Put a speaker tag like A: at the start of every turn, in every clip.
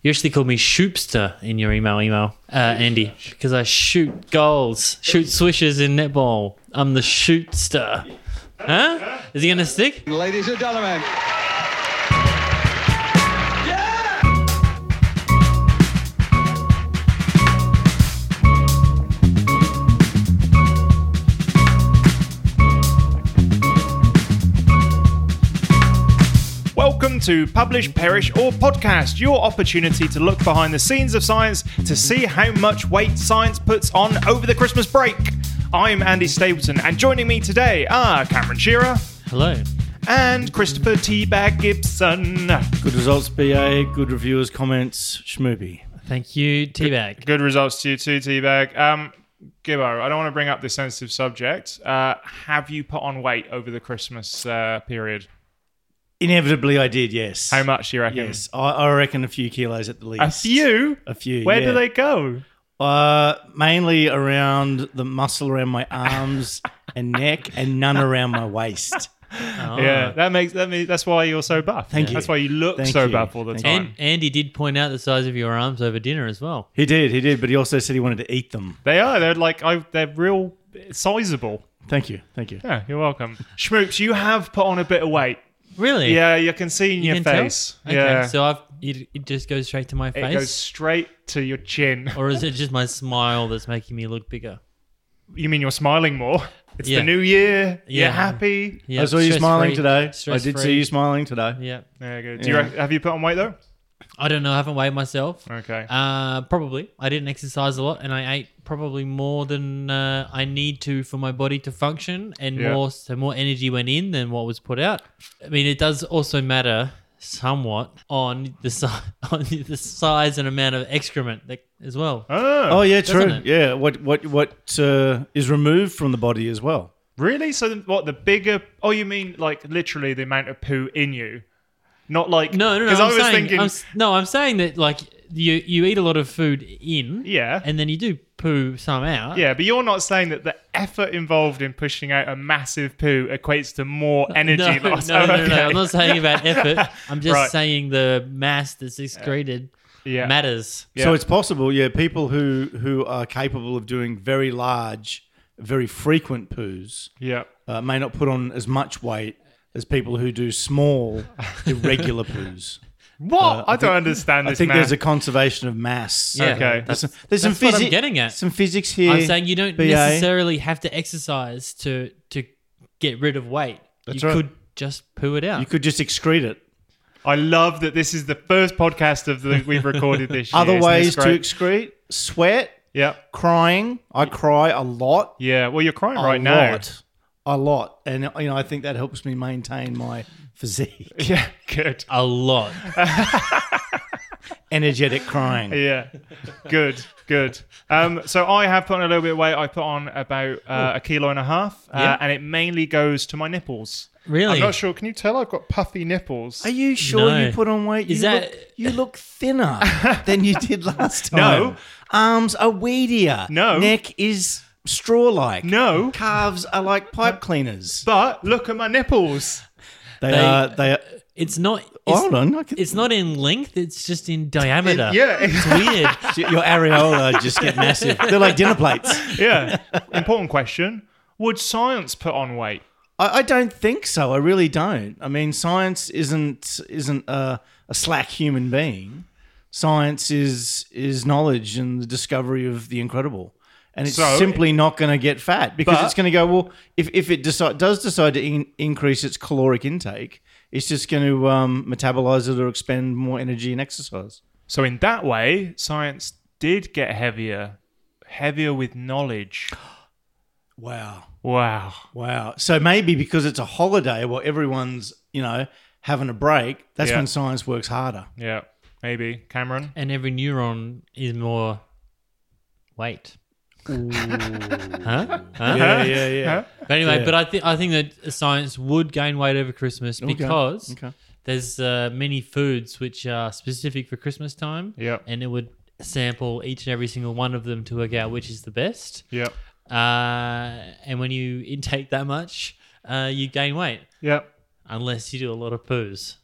A: You actually called me Shoopster in your email, email, uh, Andy, because I shoot goals, shoot swishes in netball. I'm the Shootster. Huh? Is he going to stick?
B: Ladies and gentlemen.
C: Welcome to Publish, Perish, or Podcast, your opportunity to look behind the scenes of science to see how much weight science puts on over the Christmas break. I'm Andy Stapleton, and joining me today are Cameron Shearer
A: Hello.
C: and Christopher Teabag Gibson.
D: Good results, BA. Good reviewers, comments, schmoopy.
A: Thank you, Teabag.
C: Good results to you too, Teabag. Um, Gibbo, I don't want to bring up this sensitive subject. Uh, have you put on weight over the Christmas uh, period?
D: Inevitably, I did, yes.
C: How much do you reckon?
D: Yes, I, I reckon a few kilos at the least.
C: A few?
D: A few.
C: Where
D: yeah.
C: do they go?
D: Uh, mainly around the muscle around my arms and neck, and none around my waist.
C: Yeah,
A: Ah.
C: that makes that means that's why you're so buff.
D: Thank you.
C: That's why you look
D: Thank
C: so
D: you.
C: buff all the
D: Thank
C: time.
A: And Andy did point out the size of your arms over dinner as well.
D: He did, he did, but he also said he wanted to eat them.
C: They are. They're like I, they're real sizable.
D: Thank you, thank you.
C: Yeah, you're welcome. Schmoops, you have put on a bit of weight.
A: Really?
C: Yeah, you can see in
A: You
C: your
A: can tell?
C: face.
A: Okay,
C: yeah,
A: so I've, it, it just goes straight to my
C: it
A: face?
C: goes straight to your chin.
A: or is it just my smile that's making me look bigger?
C: You mean you're smiling more? It's
A: Yeah.
C: the new year.
A: Yeah.
C: You're happy.
A: Yeah,
D: I saw you
A: stress-free-
D: smiling today. I did
A: stress-free.
D: see you smiling today.
A: Yeah.
C: Yeah, good. Do you
D: Yeah.
C: rec- have you put on weight though?
A: I don't know. I haven't weighed myself.
C: Okay.
A: Uh, probably. I didn't exercise a lot, and I ate probably more than uh, I need to for my body to function, and
C: Yeah.
A: more so more energy went in than what was put out. I mean, it does also matter somewhat on the si- on the size and amount of excrement that, as well.
C: oh,
D: Oh yeah,
A: Doesn't
D: true.
A: it?
D: Yeah, what what what uh, is removed from the body as well?
C: really? So then what? The bigger? Oh, you mean like literally the amount of poo in you, not like
A: No, no, no.
C: Because
A: I'm
C: I was
A: saying,
C: thinking,
A: I'm s- no, I'm saying that like you you eat a lot of food in,
C: yeah,
A: and then you do poo some out.
C: Yeah, but you're not saying that the effort involved in pushing out a massive poo equates to more energy
A: no,
C: loss.
A: No,
C: Oh,
A: no, no,
C: okay.
A: I'm not saying about effort. I'm just
C: Right.
A: saying the mass that's excreted
C: Yeah.
A: matters.
C: Yeah.
D: So it's possible, yeah. People who who are capable of doing very large, very frequent poos
C: Yeah.
D: uh, may not put on as much weight as people who do small, irregular poos.
A: Uh,
C: What? I, don't understand
D: I
C: this.
D: think
C: man.
D: there's a conservation of mass.
A: Yeah,
C: Okay.
D: There's some,
A: that's-
D: there's some
A: that's what I'm
D: physi-
A: getting at.
D: Some physics here.
A: I'm saying you don't
D: BA.
A: necessarily have to exercise to to get rid of weight.
D: That's
A: you
D: right.
A: could just poo it out.
D: you could just excrete it.
C: I love that this is the first podcast of the we've recorded this year.
D: Other
C: Isn't this
D: ways to
C: great?
D: excrete: sweat,
C: yeah.
D: crying. I cry a lot.
C: Yeah. Well, you're crying
D: a
C: right now.
D: lot, a lot, and you know I think that helps me maintain my physique.
C: Yeah. Good.
A: a lot.
D: Energetic crying.
C: Yeah. Good. Good. Um, so I have put on a little bit of weight. I put on about uh, a kilo and a half, uh,
A: Oh. Yeah.
C: and it mainly goes to my nipples.
A: Really?
C: I'm not sure. Can you tell I've got puffy nipples?
D: Are you sure
A: No.
D: you put on weight?
A: Is
D: you
A: that-
D: look, you look thinner than you did last time?
C: No.
D: arms are weedier.
C: No.
D: neck is straw-like.
C: No.
D: calves are like pipe cleaners.
C: But look at my nipples.
D: They, are. They are.
A: It's not. It's,
D: Hold on, I can-
A: It's not in length. It's just in diameter.
C: Yeah,
A: It's weird.
D: your areola just get massive. They're like dinner plates.
C: yeah. Important question: Would science put on weight?
D: I, I don't think so. I really don't. I mean, science isn't isn't a, a slack human being. Science is is knowledge and the discovery of the incredible, and it's
C: So-
D: simply not going to get fat because
C: But-
D: it's going to go well. If if it decide, does decide to in, increase its caloric intake, it's just going to um, metabolize it or expend more energy and exercise.
C: So in that way, science did get heavier, heavier with knowledge.
D: Wow,
C: Wow.
D: wow. So maybe because it's a holiday where everyone's you know having a break, that's
C: Yeah.
D: when science works harder.
C: Yeah, maybe Cameron.
A: and every neuron is more weight. Huh? Huh?
D: Yeah, yeah, yeah.
A: But anyway,
D: Yeah.
A: but I think I think that science would gain weight over Christmas because
D: okay.
A: there's uh, many foods which are specific for Christmas time.
C: Yep.
A: and it would sample each and every single one of them to work out which is the best.
C: Yeah.
A: Uh, and when you intake that much, uh, you gain weight
C: Yeah.
A: unless you do a lot of poos.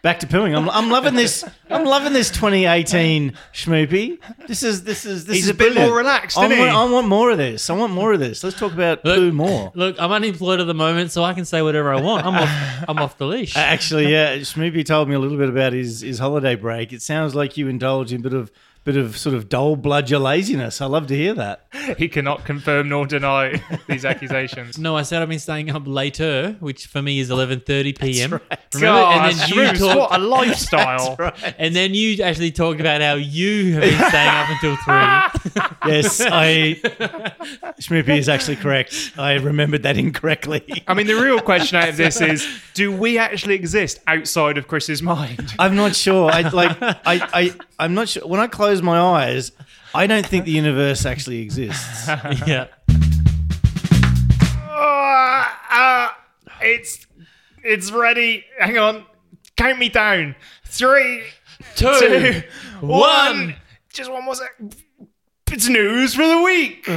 D: Back to pooing. I'm, I'm loving this. I'm loving this 2018 Schmoopy. This is this is this
C: He's
D: is
C: a bit more
D: brilliant.
C: relaxed,
D: I
C: isn't
D: want,
C: he?
D: I want more of this. I want more of this. Let's talk about
A: Look-
D: poo more.
A: Look, I'm unemployed at the moment, so I can say whatever I want. I'm off. I'm off the leash.
D: Actually, yeah, Schmoopy told me a little bit about his his holiday break. It sounds like you indulge in a bit of bit of sort of dull bludger laziness. I love to hear that.
C: He cannot confirm nor deny these accusations.
A: No, I said I've been staying up later, which for me is 11:30 p.m. Remember?
D: Oh,
C: God,
A: and then you
C: Shrews,
A: talked,
C: what a lifestyle.
A: and then you actually talked about how you have been staying up until three.
D: Yes, I Schmoopy is actually correct. I remembered that incorrectly.
C: I mean, the real question out of this is: Do we actually exist outside of Chris's mind?
D: I'm not sure. I like I, I I'm not sure. When I close my eyes, I don't think the universe actually exists.
A: yeah.
C: Uh, uh, it's it's ready. Hang on, count me down. Three,
A: Two.
C: two, one.
A: one.
C: Just one more sec. It's news for the week.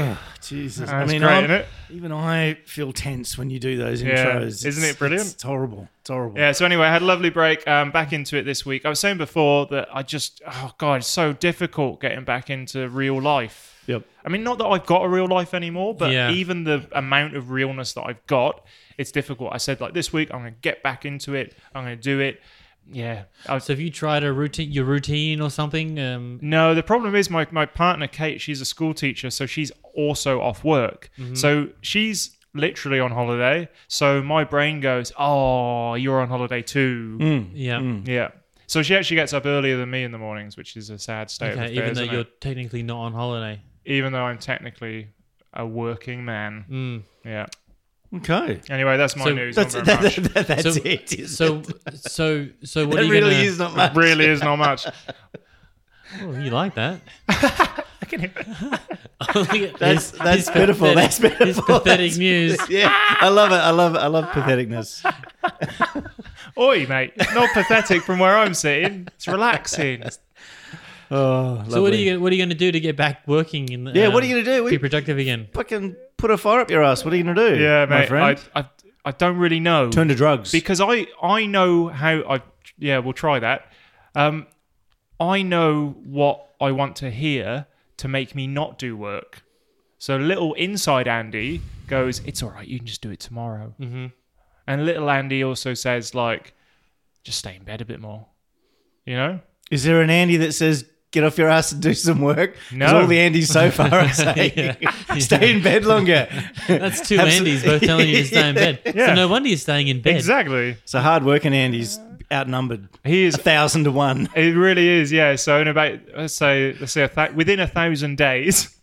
D: Jesus. I
C: That's
D: mean
C: great,
D: I'm-
C: isn't it?
D: even I feel tense when you do those
C: Yeah.
D: intros.
C: Isn't it brilliant?
D: It's, it's horrible. It's horrible.
C: Yeah. So anyway, I had a lovely break. Um, back into it this week. I was saying before that I just oh god, it's so difficult getting back into real life.
D: Yep.
C: I mean, not that I've got a real life anymore, but
A: Yeah.
C: even the amount of realness that I've got, it's difficult. I said like this week, I'm gonna get back into it. I'm gonna do it. Yeah. I was,
A: So have you tried a routine, your routine or something? Um,
C: no, the problem is my my partner Kate. She's a school teacher, so she's also off work.
A: Mm-hmm.
C: So she's literally on holiday. So my brain goes, "Oh, you're on holiday too."
A: yeah.
C: Yeah. So she actually gets up earlier than me in the mornings, which is a sad state of
A: Okay.
C: affairs.
A: Even though
C: isn't it?
A: you're technically not on holiday.
C: even though I'm technically a working man.
A: Mm.
C: Yeah.
D: Okay.
C: Anyway, that's my
A: So
C: news.
D: That's
C: not
D: that,
C: very much.
D: that- that- that's
A: So,
D: it. isn't it?
A: so, so, so, what
D: that
A: are you
D: really
A: gonna?
D: is not much.
C: really is not much.
A: Oh, you like that? Oh,
D: That's- that's pitiful, that's pitiful,
A: It's pathetic
D: that's-
A: news.
D: Yeah. I love it. I love it. I love patheticness.
C: Oi, mate. Not pathetic from where I'm sitting. It's relaxing.
D: Oh,
A: So what are you what are you going to do to get back working? In the,
D: Yeah, what are you gonna do?
A: Be
D: We-
A: productive again.
D: fucking put a fire up your ass. What are you going to do?
C: Yeah,
D: my
C: mate. I,
D: friend?
C: I, I don't really know.
D: Turn to drugs.
C: because I, I know how I yeah, we'll try that. Um, I know what I want to hear to make me not do work. So little inside Andy goes, "It's all right. You can just do it tomorrow." Mm-hmm. And little Andy also says, "Like, just stay in bed a bit more." You know?
D: Is there an Andy that says get off your ass and do some work? 'Cause
C: No.
D: all the Andys so far are saying stay in bed longer.
A: That's two
D: Absolute-
A: Andys both telling you to stay in bed.
C: Yeah.
A: So no wonder you're staying in bed.
C: Exactly.
D: so hard working Andy's outnumbered
C: He is
D: a thousand to one.
C: It really is, yeah. So in about let's say let's say a th- within a thousand days,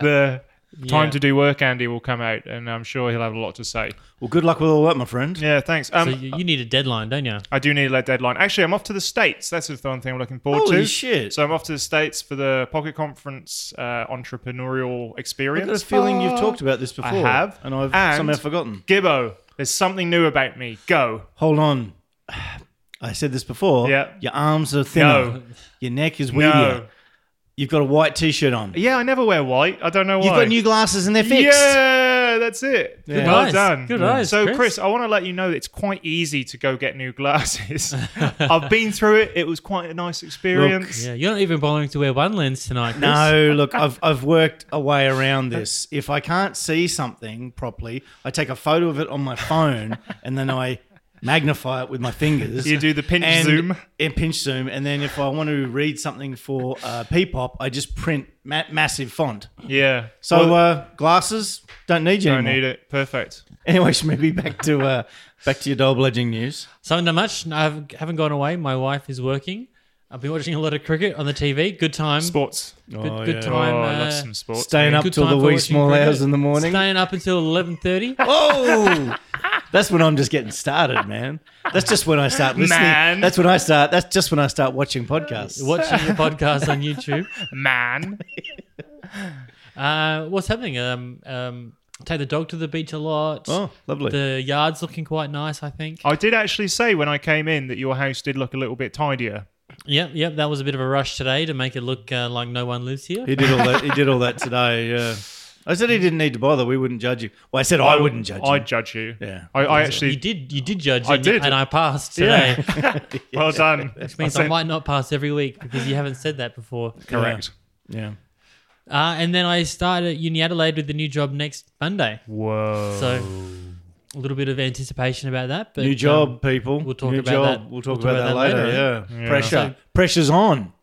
C: the time
A: Yeah.
C: to do work Andy will come out, and I'm sure he'll have a lot to say.
D: Well, good luck with all that, my friend.
C: Yeah, thanks. Um,
A: So you, you need a deadline, don't you?
C: I do need a deadline. Actually, I'm off to the states. That's the one thing I'm looking forward
D: Holy
C: to.
D: shit.
C: So I'm off to the states for the Pocket Conference uh, entrepreneurial
D: I've got a
C: experience.
D: feeling you've talked about this before.
C: I have,
D: And I've
C: and-
D: somehow forgotten.
C: Gibbo, there's something new about me. Go.
D: Hold on. I said this before.
C: Yeah.
D: Your arms are thinner.
C: No.
D: Your neck is
C: No.
D: weedier. You've got a white t shirt on.
C: Yeah, I never wear white. I don't know why.
D: You've got new glasses and they're fixed.
C: Yeah, that's it.
D: Good
C: Well
A: eyes.
C: done.
A: Good eyes,
C: So, Chris,
A: Chris.
C: I want to let you know that it's quite easy to go get new glasses. I've been through it. It was quite a nice experience.
A: Yeah, you're not even bothering to wear one lens tonight. Chris.
D: No, look, I've I've worked a way around this. If I can't see something properly, I take a photo of it on my phone and then I magnify it with my fingers.
C: You do the pinch
D: and,
C: zoom.
D: and pinch zoom, and then if I want to read something for uh, Peepop, I just print ma- massive font.
C: Yeah.
D: So
C: Well,
D: uh, glasses don't need you
C: I
D: anymore.
C: need it. Perfect.
D: Anyway, maybe back to uh, back to your doll bludging news.
A: Something not much. I haven't haven't gone away. My wife is working. I've been watching a lot of cricket on the TV. Good time.
C: Sports.
A: Good,
D: Oh,
A: good
D: yeah.
C: Oh,
A: time.
C: I
A: uh,
C: love some sports.
D: Staying up
A: good
D: till
A: time
D: the
A: for
D: wee
A: watching
D: small
A: cricket.
D: hours in the morning.
A: Staying up until eleven thirty.
D: Oh, that's when I'm just getting started, man. That's just when I start listening.
C: Man.
D: That's when I start. That's just when I start watching podcasts.
A: watching the podcast on YouTube.
C: Man.
A: Uh, what's happening? Um, um, take the dog to the beach a lot.
D: Oh, lovely.
A: The yard's looking quite nice, I think.
C: I did actually say when I came in that your house did look a little bit tidier.
A: Yep, yep. That was a bit of a rush today to make it look uh, like no one lives here.
D: he did all that. He did all that today. Yeah. I said he didn't need to bother. We wouldn't judge you. Well, I said I, wouldn't judge
C: I
D: you.
C: judge you.
D: Yeah.
C: I, I
A: You
C: actually.
A: did. You did judge.
C: I
A: and you-
C: did.
A: and I passed today.
C: Well done.
A: Which means
C: I
A: I
C: said-
A: might not pass every week because you haven't said that before.
C: Correct.
D: Yeah.
A: Uh, and then I started at Uni Adelaide with the new job next Monday.
C: Whoa.
A: So a little bit of anticipation about that. But
D: New
A: um,
D: job, people.
A: we'll talk
D: New
A: about
D: job.
A: that-
D: We'll talk about, that later. Yeah.
C: Yeah.
D: Pressure.
A: So-
D: Pressure's on.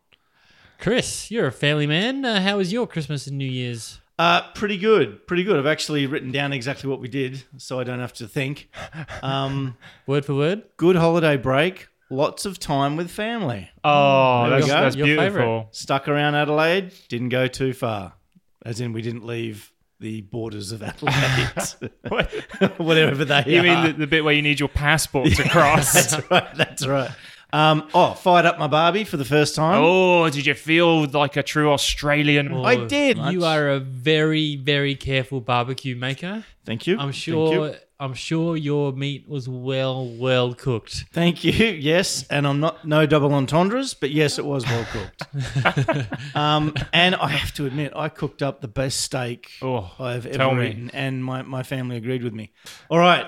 A: Chris, you're a family man. Uh, how was your Christmas and New Year's?
D: Uh, pretty good. Pretty good. I've actually written down exactly what we did, so I don't have to think. Um,
A: Word for word.
D: good holiday break. Lots of time with family.
C: Oh,
D: There we
C: that's,
D: go.
C: that's
A: Your
C: beautiful.
A: favourite.
D: Stuck around Adelaide. Didn't go too far. As in, we didn't leave the borders of Adelaide. Whatever they
C: You
D: are.
C: mean the, the bit where you need your passport to cross?
D: That's right. That's right. Um, oh, fired up my Barbie for the first time.
C: oh, did you feel like a true Australian?
A: Or
D: I did.
A: You are a very, very careful barbecue maker.
D: Thank you.
A: I'm
D: Thank you.
A: sure. I'm sure your meat was well, well cooked.
D: Thank you. Yes, and I'm not no double entendres, but yes, it was well cooked. um, and I have to admit, I cooked up the best steak
C: Oh,
D: I've ever
C: tell me.
D: eaten, and my, my family agreed with me. All right.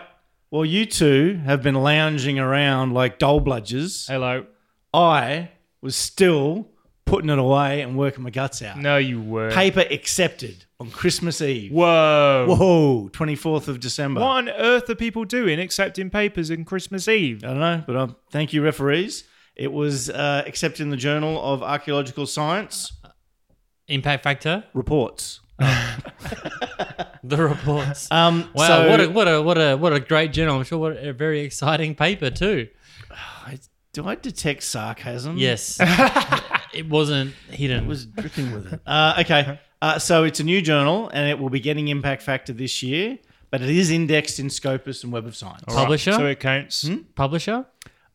D: Well, you two have been lounging around like dole bludgers.
C: Hello.
D: I was still putting it away and working my guts out.
C: No, you were.
D: Paper accepted on Christmas Eve.
C: Whoa.
D: Whoa, 24th of December.
C: What on earth are people doing accepting papers on Christmas Eve?
D: I don't know, but um, thank you, referees. It was uh, accepted in the Journal of Archaeological Science
A: Impact factor.
D: reports.
A: The reports.
D: Um,
A: Wow,
D: so-
A: what a what a what a what a great journal! I'm sure what a very exciting paper too.
D: I- do I detect sarcasm?
A: Yes, it wasn't hidden.
D: I was dripping with it. Uh, okay, uh, so it's a new journal, and it will be getting impact factor this year, but it is indexed in Scopus and Web of Science.
C: All right,
A: Publisher?
C: so it counts.
A: Publisher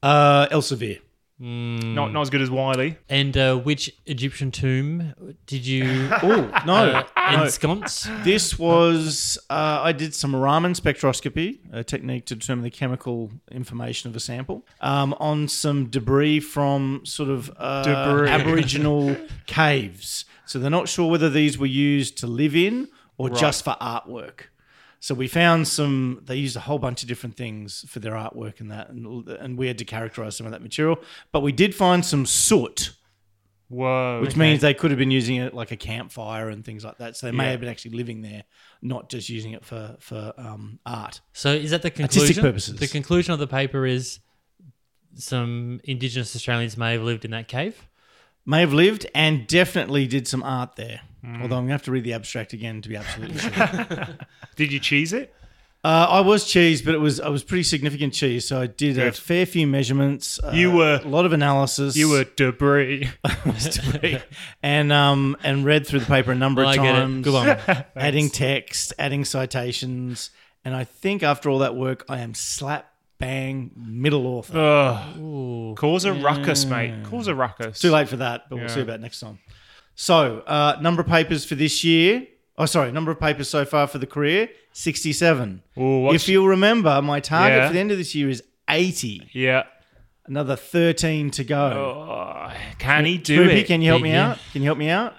D: Uh, Elsevier.
C: Not not as good as Wiley.
A: and uh, which Egyptian tomb did you
D: Oh no,
A: uh,
D: no.
A: ensconce?
D: This was uh, I did some Raman spectroscopy, a technique to determine the chemical information of a sample, um, on some debris from sort of uh,
C: Debris.
D: Aboriginal caves. So they're not sure whether these were used to live in or just for artwork. So we found some. They used a whole bunch of different things for their artwork and that, and, and we had to characterize some of that material. But we did find some soot
C: Whoa.
D: which means they could have been using it like a campfire and things like that. So they may have been actually living there, not just using it for for um, art.
A: So is that the conclusion?
D: Artistic purposes.
A: The conclusion of the paper is some Indigenous Australians may have lived in that cave.
D: May have lived and definitely did some art there.
C: Hmm.
D: Although I'm gonna have to read the abstract again to be absolutely sure. uh,
C: Did you cheese it?
D: I was cheese, but it was I was pretty significant cheese. So I did a
C: Good.
D: fair few measurements. Uh,
C: You were-
D: a lot of analysis.
C: You were debris.
D: and um and read through the paper a number of
A: I get it.
D: times.
A: Good one.
D: adding text, adding citations, and I think after all that work, I am slap bang middle author.
C: Ugh.
A: Ooh.
C: Cause a ruckus, mate. Cause a ruckus.
D: Too late for that, but we'll see about next time. So, uh, number of papers for this year. Oh, sorry, number of papers so far for the career, sixty-seven.
C: Ooh, what's-
D: if you'll remember, my target
C: Yeah.
D: for the end of this year is eighty.
C: Yeah.
D: Another thirteen to go.
C: Oh, can he do
D: Ruby,
C: it?
D: can you help
A: Big
D: me
A: year.
D: out? Can you help me out?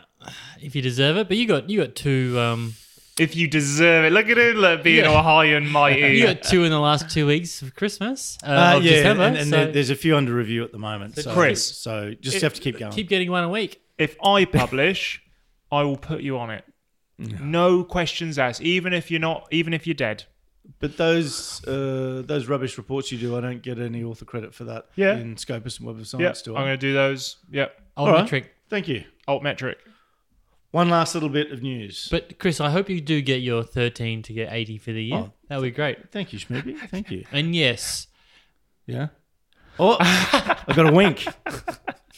A: If you deserve it, but you got you got two um,
C: if you deserve it. Look at him like, being
A: Yeah.
C: all high and
A: you
C: mighty.
A: got two in the last two weeks of Christmas uh,
D: Uh,
A: of
D: yeah,
A: December.
D: and, and
A: so
D: there- there's a few under review at the moment. So,
C: Chris,
D: so just have to keep going.
A: keep getting one a week.
C: if I publish, I will put you on it. No questions asked. Even if you're not, even if you're dead.
D: But those uh, those rubbish reports you do, I don't get any author credit for that.
C: Yeah.
D: In Scopus and Web of
C: Yeah,
D: Science,
C: I'm
D: do I?
C: going to do those. Yep.
A: Old
D: right.
A: metric.
D: Thank you.
C: Alt metric.
D: One last little bit of news.
A: But Chris, I hope you do get your 13 to get 80 for the year.
D: Oh.
A: That would be great.
D: Thank you, Schmoopy. Thank you.
A: And yes,
D: Yeah. Oh, I got a wink.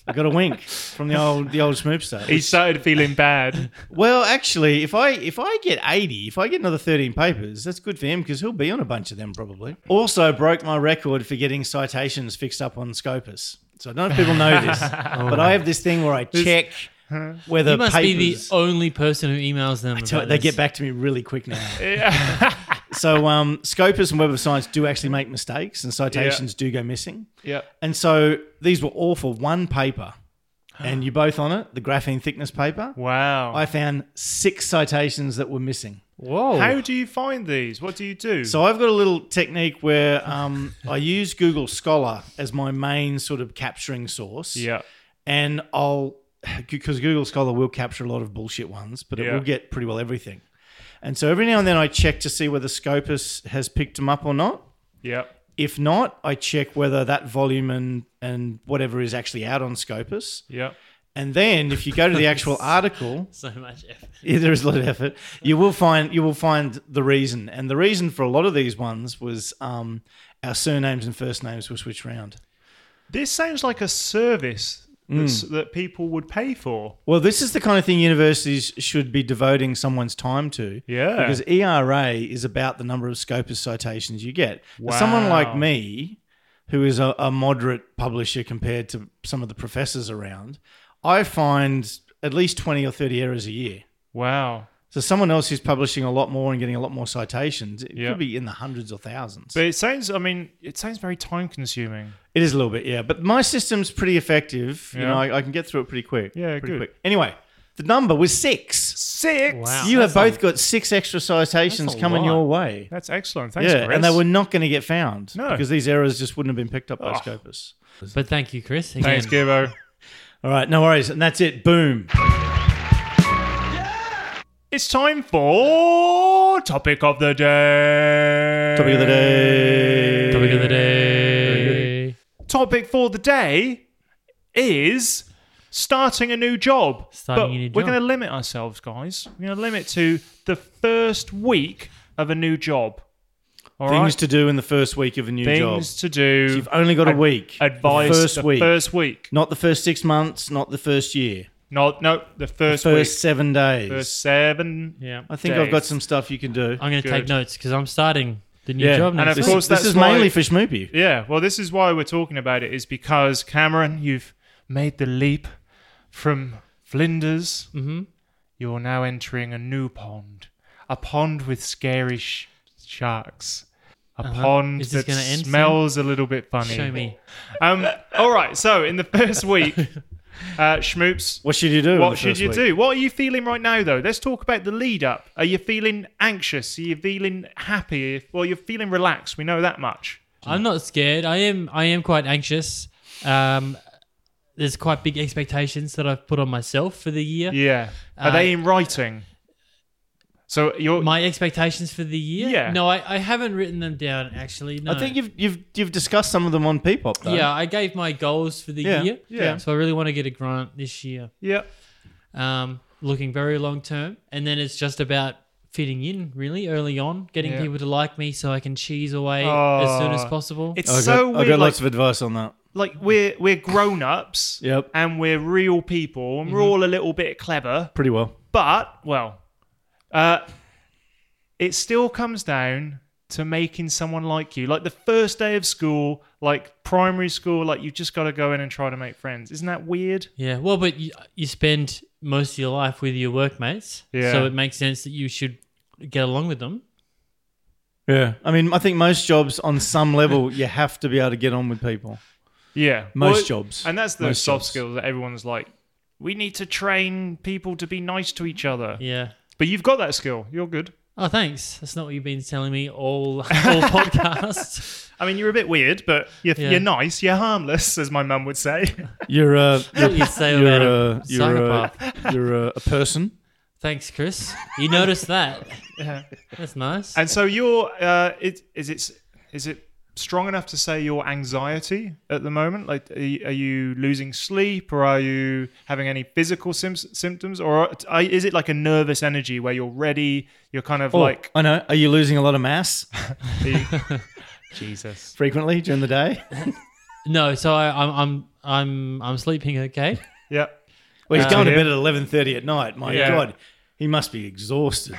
D: I got a wink from the old the old Schmoopster.
C: He started feeling bad.
D: Well, actually, if I if I get eighty, if I get another thirteen papers, that's good for him because he'll be on a bunch of them probably. Also, broke my record for getting citations fixed up on Scopus. So I don't know if people know this, but I have this thing where I check whether
A: Oh you must
D: papers
A: be the only person who emails them.
D: So
A: about
D: they
A: this.
D: get back to me really quick now. so um, Scopus and Web of Science do actually make mistakes, and citations do go missing.
C: Yep.
D: And so these were all for one paper. and you both on it, the graphene thickness paper.
C: Wow.
D: I found six citations that were missing.
A: Whoa.
C: How do you find these? What do you do?
D: So I've got a little technique where um, I use Google Scholar as my main sort of capturing source.
C: yeah.
D: and I'll because Google Scholar will capture a lot of bullshit ones, but it
C: Yeah.
D: will get pretty well everything. And so every now and then I check to see whether Scopus has picked them up or not.
C: Yeah.
D: If not, I check whether that volume and, and whatever is actually out on Scopus.
C: Yeah.
D: And then if you go to the actual article,
A: so much effort.
D: yeah, there is a lot of effort. You will find you will find the reason. And the reason for a lot of these ones was um, our surnames and first names were switched round.
C: This sounds like a service that's,
D: Mm.
C: that people would pay for.
D: Well, this is the kind of thing universities should be devoting someone's time to.
C: Yeah.
D: Because ERA is about the number of Scopus citations you get. Now, Someone like
C: Wow.
D: me, who is a, a moderate publisher compared to some of the professors around, I find at least 20 or 30 errors a year.
C: Wow.
D: So someone else who's publishing a lot more and getting a lot more citations, it
C: Yeah.
D: could be in the hundreds or thousands.
C: But it sounds, I mean, it sounds very time consuming.
D: It is a little bit, yeah. But my system's pretty effective. You
C: Yeah.
D: know, I, I can get through it pretty quick.
C: Yeah,
D: pretty
C: good.
D: quick. Anyway, the number was six.
C: Six.
A: Wow.
D: You have
A: That's
D: both got six extra citations
A: that's a
D: coming
A: lot.
D: your way.
C: That's excellent. Thanks,
D: yeah,
C: Chris.
D: and they were not going to get found
C: No.
D: because these errors just wouldn't have been picked up by
C: Oh.
D: Scopus.
A: But thank you, Chris. Again.
C: Thanks, Gibbo.
D: All right, no worries. And that's it. Boom.
C: It's time for topic of the day.
D: Topic of the day.
A: Topic of the day.
C: Topic for the day is starting a new job.
A: Starting a
C: but
A: new
C: we're
A: job.
C: going to limit ourselves, guys. We're going to limit to the first week of a new job. All right.
D: Things to do in the first week of a new job.
C: Things to do.
D: You've only got a
C: Ad-
D: week.
C: Advice.
D: The first
C: the
D: week.
C: First week.
D: Not the first six months, not the first year.
C: No, no. The first,
D: First
C: week.
D: seven days.
C: First seven.
A: Yeah.
D: I think I've
C: days.
D: got some stuff you can do.
A: I'm going to
C: Good.
A: take notes because I'm starting the new
D: yeah,
A: job
C: And
A: next
C: of
D: this,
A: week.
C: course-
D: this
C: that's
D: is
C: why-
D: mainly Fish Moopy.
C: Yeah. Well, this is why we're talking about it is because Cameron, you've made the leap from Flinders.
A: Mhm.
C: You're now entering a new pond, a pond with scary sh- sharks, a
A: Uh-huh.
C: pond
A: Is this
C: that
A: gonna end soon?
C: smells a little bit funny.
A: Show me.
C: Um. all right. So in the first week, uh, Schmoops.
D: What should you do? in the
C: What should
D: first
C: you
D: week?
C: do? What are you feeling right now, though? Let's talk about the lead up. Are you feeling anxious? Are you feeling happy? Well, you're feeling relaxed. We know that much.
A: I'm not scared. I am. I am quite anxious. Um, there's quite big expectations that I've put on myself for the year.
C: Yeah. Are
A: Uh,
C: they in writing? So you're.
A: My expectations for the year.
C: Yeah.
A: No, I, I haven't written them down actually. No.
D: I think you've you've you've discussed some of them on Peepop though.
A: Yeah, I gave my goals for the
D: Yeah,
A: year.
C: yeah.
A: So I really want to get a grant this year.
C: yeah.
A: Um, looking very long term, and then it's just about fitting in really early on, getting
C: Yeah.
A: people to like me so I can cheese away as soon as
C: Oh.
A: possible.
C: It's
D: I've
C: so
D: got, I've
C: weird.
D: got
C: Like,
D: lots of advice on that.
C: like we're we're grown ups.
D: Yep.
C: And we're real people, and
A: Mm-hmm.
C: we're all a little bit clever.
D: Pretty well.
C: But well, uh, it still comes down to making someone like you. Like the first day of school, like primary school, like you just got to go in and try to make friends. Isn't that weird?
A: Yeah, well, but you, you spend most of your life with your workmates,
C: Yeah.
A: so it makes sense that you should get along with them.
D: Yeah. I mean, I think most jobs on some level you have to be able to get on with people.
C: Yeah,
D: Most jobs.
C: and that's the
D: Most
C: soft
D: jobs.
C: skills that everyone's like. We need to train people to be nice to each other.
A: Yeah.
C: But you've got that skill. You're good.
A: Oh, thanks. That's not what you've been telling me all all podcasts.
C: I mean, you're a bit weird, but you're,
A: Yeah.
C: you're nice. You're harmless, as my mum would say.
D: You're a
A: What you say
D: you're
A: about
D: a
A: a
D: you're a,
A: psychopath.
D: you're uh, a, a person.
A: Thanks, Chris. You noticed that.
C: Yeah.
A: That's nice.
C: And so you're uh, it, is it is it strong enough to say your anxiety at the moment? Like, are you, are you losing sleep, or are you having any physical syms symptoms, or are, is it like a nervous energy where you're ready? You're kind of
D: Oh,
C: like
D: I know. Are you losing a lot of mass
C: Jesus.
D: frequently during the day?
A: no, so I, I'm I'm I'm I'm sleeping okay.
C: Yeah.
D: Well, he's
C: Uh,
D: going to
C: yeah.
D: bed at eleven thirty at night. My
C: Yeah.
D: God, he must be exhausted.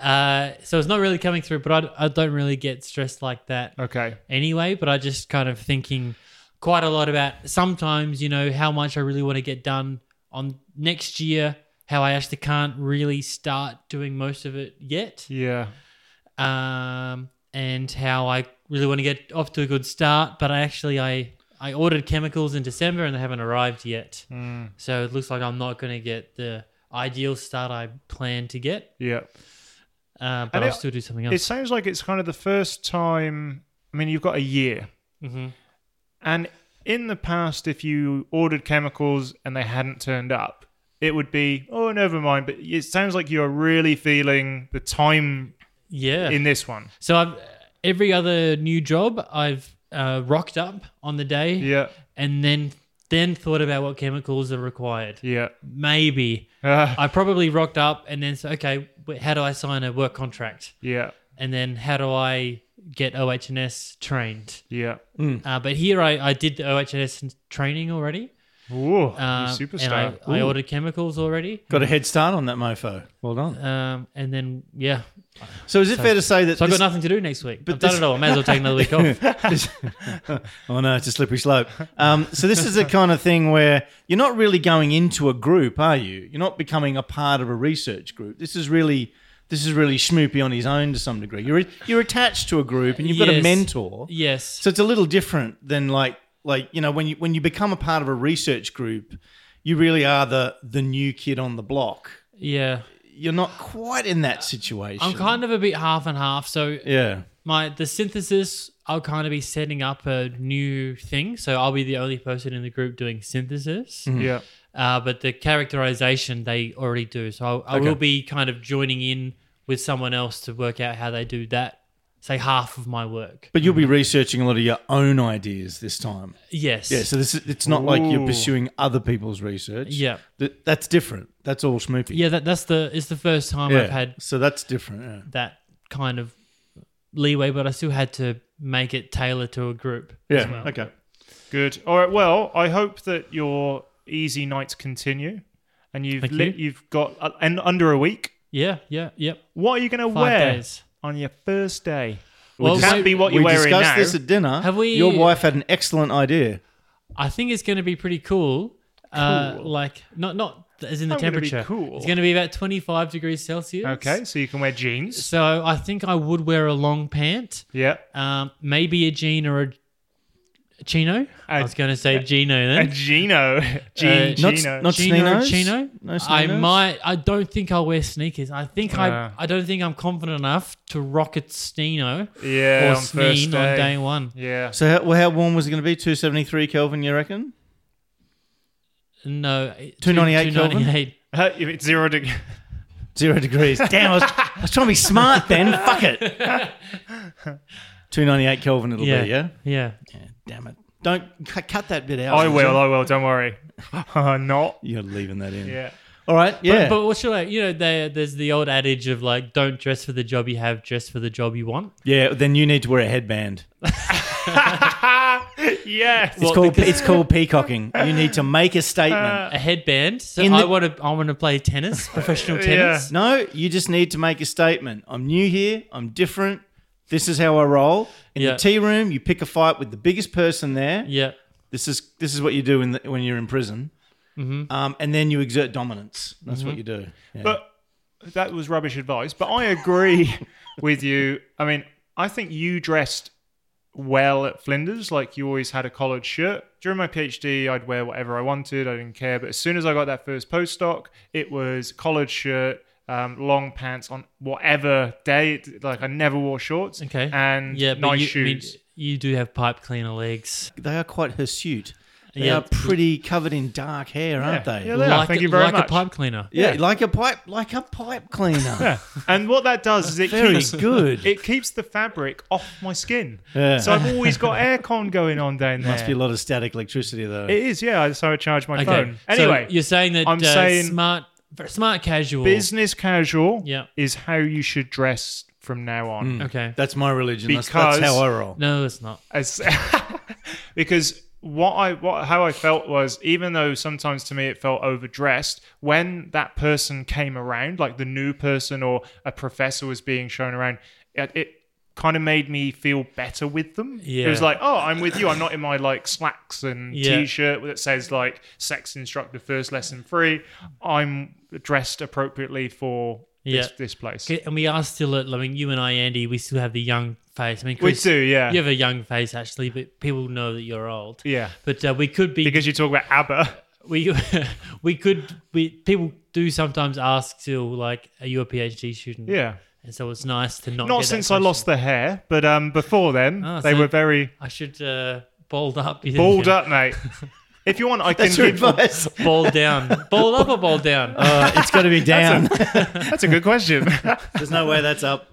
A: Uh, so it's not really coming through, but I, I don't really get stressed like that
C: Okay.
A: anyway, but I just kind of thinking quite a lot about sometimes, you know, how much I really want to get done on next year, how I actually can't really start doing most of it yet,
C: Yeah.
A: um, and how I really want to get off to a good start, but I actually I I ordered chemicals in December and they haven't arrived yet.
C: Mm.
A: So it looks like I'm not going to get the ideal start I planned to get.
C: Yeah.
A: Uh, but
C: And
A: I'll
C: it-
A: still do something
C: It
A: else.
C: sounds like it's kind of the first time. I mean, you've got a year.
A: hmm
C: And in the past, if you ordered chemicals and they hadn't turned up, it would be, oh, never mind. But it sounds like you're really feeling the time
A: Yeah.
C: in this one.
A: so I've, every other new job I've uh, rocked up on the day
C: Yeah.
A: and then then thought about what chemicals are required.
C: Yeah.
A: Maybe
C: Uh,
A: I probably rocked up and then said, okay, but how do I sign a work contract?
C: yeah.
A: And then how do I get OHS trained?
C: Yeah.
A: Uh, but here I, I did the OHS training already.
C: Ooh,
A: Um,
C: you
A: And
C: superstar.
A: I, I ordered chemicals already.
D: Got a head start on that mofo. Well done.
A: Um, and then, yeah.
D: So is it fair to say that?
A: So I've
D: this-
A: got nothing to do next week.
D: but
A: I've done
D: this-
A: it all. I may as well take another week off.
D: oh no, it's a slippery slope. Um, so this is the kind of thing where you're not really going into a group, are you? You're not becoming a part of a research group. This is really this is really Schmoopy on his own to some degree. You're you're attached to a group and you've got a
A: Yes.
D: mentor.
A: Yes.
D: So it's a little different than like like you know when you when you become a part of a research group, you really are the the new kid on the block.
A: yeah.
D: You're not quite in that situation.
A: I'm kind of a bit half and half. So
D: yeah.
A: my the synthesis, I'll kind of be setting up a new thing. So I'll be the only person in the group doing synthesis.
C: yeah.
A: Uh, but the characterization they already do. So I'll, I will be kind of joining in with someone else to work out how they do that. Say half of my work.
D: But you'll be researching a lot of your own ideas this time.
A: Yes.
D: Yeah, so this is, it's not like you're
C: Ooh.
D: pursuing other people's research.
A: Yeah.
D: Th- that's different. That's all schmoopy.
A: Yeah, that, that's the it's the first time I've had
D: so that's different. Yeah.
A: that kind of leeway, but I still had to make it tailor to a group.
D: Yeah. Okay.
C: Good. All right. Well, I hope that your easy nights continue, and you've
A: Thank
C: lit,
A: you.
C: you've got uh, and under a week.
A: Yeah, yeah, yep.
C: What are you going to
A: Five
C: wear
A: days.
C: on your first day?
A: Well,
C: Can't
A: we-
C: be what you're
D: we
C: wearing now.
D: discussed this at dinner.
A: Have we-
D: Your wife had an excellent idea.
A: I think it's going to be pretty cool. Uh, like not not as in the
C: I'm gonna be
A: temperature.
C: cool.
A: It's going to be about twenty five degrees Celsius.
C: okay, so you can wear jeans.
A: So I think I would wear a long pant,
C: Yeah,
A: um, maybe a jean or a, a chino. I
C: A-
A: was going to say chino
C: a
A: then.
C: Gino, Jean,
D: Uh, Not-
C: Gino.
D: not-
A: Chino, or
D: Chinos?
A: chino.
D: No
A: I
D: chinos?
A: might. I don't think I'll wear sneakers. I think
C: Yeah.
D: Ah.
A: I. I don't think I'm confident enough to rocket steno or
C: yeah, on first
A: sneen on
C: day.
A: day one.
C: Yeah,
D: So how, well, how warm was it going to be? 273 Kelvin, you reckon?
A: No, two-
D: 298 Kelvin?
A: 298.
C: Uh, if it's zero degree.
D: Zero degrees. Damn, I was, I was trying to be smart then. Fuck it. 298 Kelvin it'll
A: Yeah.
D: be, yeah?
A: Yeah.
D: Yeah, damn it. Don't cu- cut that bit out.
C: I will, I will. Don't worry. Uh, not.
D: You're leaving that in.
C: Yeah.
D: All right, yeah.
A: But what should I? You know, there, there's the old adage of like, don't dress for the job you have, dress for the job you want.
D: yeah, then you need to wear a headband.
C: yes.
D: It's called it's called peacocking. You need to make a statement.
A: A headband. So
D: In
A: I
D: the-
A: want to. I want to play tennis, professional tennis.
D: no, you just need to make a statement. I'm new here. I'm different. This is how I roll. In
A: Yeah.
D: the tea room, you pick a fight with the biggest person there.
A: Yeah.
D: This is this is what you do in the, when you're in prison. Um, and then you exert dominance. That's what you do. Yeah.
C: But that was rubbish advice. But I agree with you. I mean, I think you dressed well at Flinders. Like you always had a collared shirt. During my PhD, I'd wear whatever I wanted. I didn't care. But as soon as I got that first postdoc, it was collared shirt, um, long pants on whatever day. It- Like I never wore shorts.
A: Okay.
C: And
A: yeah. but
C: nice
A: you, I mean,
C: shoes.
A: you do have pipe cleaner legs.
D: they are quite hirsute. They
A: Yeah.
D: are pretty covered in dark hair, aren't
C: Yeah.
D: they?
C: Yeah, Thank
A: like
C: you
A: a,
C: very
A: like
C: much.
A: a pipe cleaner.
D: Yeah, like a pipe, like a pipe cleaner.
C: Yeah. And what that does is it
D: Very
C: keeps
D: good.
C: it keeps the fabric off my skin.
D: Yeah.
C: So I've always got aircon going on down there.
D: Must be a lot of static electricity though.
C: It is, yeah. So I charge my phone.
A: so
C: Anyway,
A: you're saying that
C: I'm
A: uh,
C: saying-
A: smart, for smart casual.
C: business casual
A: Yeah. Hmm.
C: is how you should dress from now on.
A: Okay.
D: That's my religion. That's,
C: Because-
D: that's how I roll.
A: No, it's not.
C: As- because what I what how I felt was even though sometimes to me it felt overdressed when that person came around, like the new person or a professor was being shown around, it. it Kind of made me feel better with them. It was
A: Yeah.
C: like, oh, I'm with you. I'm not in my like slacks and
A: Yeah.
C: t-shirt that says like "sex instructor first lesson free." I'm dressed appropriately for
A: Yeah.
C: this, this place.
A: 'Kay, And we are still at, I mean, you and I, Andy, we still have the young face. I mean,
C: We
A: Chris,
C: do, yeah.
A: you have a young face, actually, but people know that you're old.
C: Yeah.
A: But uh, we could be
C: Because you talk about ABBA.
A: we we could we people do sometimes ask still like are you a PhD student?
C: Yeah.
A: and so it's nice to not.
C: Not
A: get that
C: since I
A: question.
C: lost the hair, but um, before then,
A: Ah,
C: they
A: so-
C: were very
A: I should uh, bald up. you
C: balled
A: think?
C: up, mate. If you want, I can
D: That's your
C: give.
D: advice.
A: bald down, bald up or bald down.
D: Uh, it's got to be down.
C: That's a good question.
D: There's no way that's up.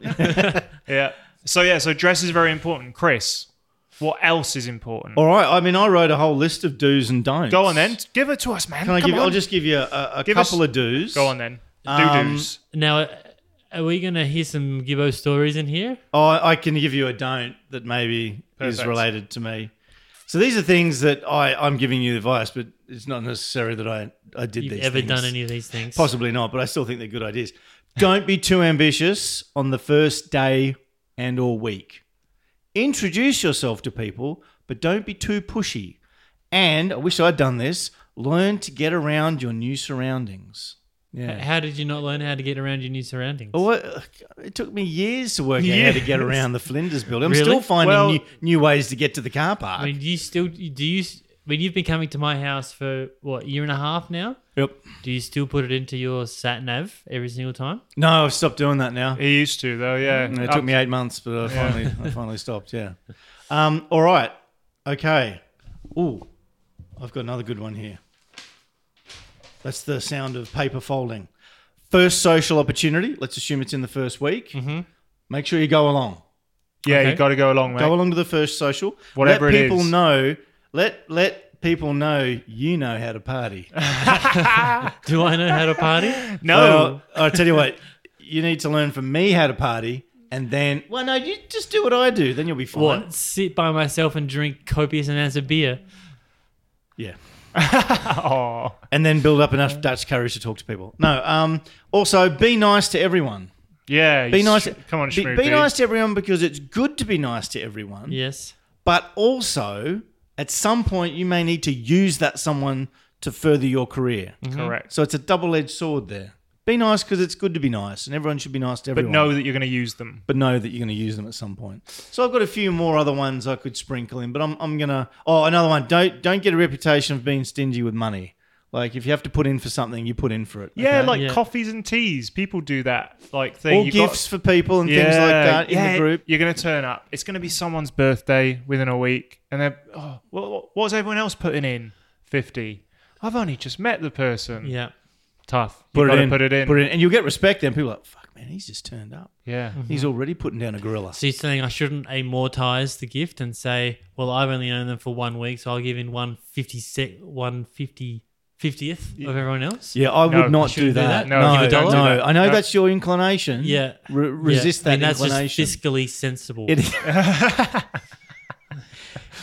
C: yeah. So yeah, so dress is very important. Chris, what else is important?
D: All right. I mean, I wrote a whole list of do's and don'ts.
C: Go on then, give it to us, man.
D: Can I
C: Come
D: give? You,
C: on.
D: I'll just give you a, a
C: Give us-
D: couple of do's.
C: go on then.
D: Um,
C: Doo doos.
A: now, uh, are we gonna hear some Gibbo stories in here?
D: Oh, I I can give you a don't that maybe is
C: Perfect.
D: related to me. So these are things that I, I'm giving you advice, but it's not necessary that I, I did
A: You've
D: these.
A: ever
D: things.
A: done any of these things?
D: Possibly not, but I still think they're good ideas. Don't be too ambitious on the first day and or week. Introduce yourself to people, but don't be too pushy. And I wish I'd done this. Learn to get around your new surroundings. Yeah.
A: How did you not learn how to get around your new surroundings?
D: Oh, what- it took me years to work out how to get around the Flinders building. I'm
A: Really?
D: still finding
C: Well-
D: new, new ways to get to the car park.
A: I mean, do you still do you? I mean, you've been coming to my house for what a year and a half now.
D: yep.
A: Do you still put it into your sat nav every single time?
D: No, I've stopped doing that now.
C: He used to though, yeah. Um,
D: And Mm, it
C: Up-
D: took me eight months, but I finally, I finally stopped. Yeah. Um, all right. Okay. Ooh, I've got another good one here. That's the sound of paper folding. First social opportunity. Let's assume it's in the first week. Make sure you go along.
C: Yeah,
A: Okay.
C: you got to go along, mate.
D: Go along to the first social.
C: Whatever
D: let
C: it
D: people
C: is.
D: know. Let let people know you know how to party.
A: Do I know how to party?
C: No,
D: Well, I tell you what, you need to learn from me how to party, and then well, no, you just do what I do. Then you'll be fine.
A: What? Sit by myself and drink copious amounts of beer.
D: Yeah. Uh,
C: Aw.
D: and then build up enough Dutch courage to talk to people. No, um, also be nice to everyone.
C: yeah.
D: Be
C: you
D: nice.
C: sh- Come on,
D: be,
C: Shmoo,
D: be
C: dude.
D: nice to everyone because it's good to be nice to everyone.
A: Yes.
D: But also, at some point, you may need to use that someone to further your career.
C: Correct.
D: So it's a double-edged sword there. Be nice because it's good to be nice, and everyone should be nice to
C: But
D: everyone.
C: know that you're going to use them.
D: but know that you're going to use them at some point. So I've got a few more other ones I could sprinkle in, but I'm, I'm going to. Oh, another one. Don't don't get a reputation of being stingy with money. Like if you have to put in for something, you put in for it.
C: Yeah,
D: okay?
C: like
A: Yeah.
C: coffees and teas. People do that like thing.
D: or
C: You got-
D: gifts for people and things like that in the group.
C: You're going to turn up. It's going to be someone's birthday within a week, and they're, oh, what, what's everyone else putting in? 50. I've only just met the person.
A: Yeah.
C: Tough. You gotta Put it in. Mm-hmm.
D: Put it in, and you'll get respect. Then people are like, "Fuck, man, he's just turned up.
C: Yeah.
D: He's already putting down a gorilla."
A: So you're saying I shouldn't amortize the gift and say, well, I've only known them for one week, so I'll give in one fifty sec, one fifty fiftieth of everyone else.
D: Yeah, I
C: No,
D: would not
A: shouldn't
D: do
A: do that.
D: that.
C: No,
D: No,
C: you don't
D: no,
C: do that.
D: I know
C: No.
D: that's your inclination.
A: Yeah.
D: Re- resist
A: Yeah. I mean,
D: that
A: that's
D: inclination.
A: just fiscally sensible.
D: It-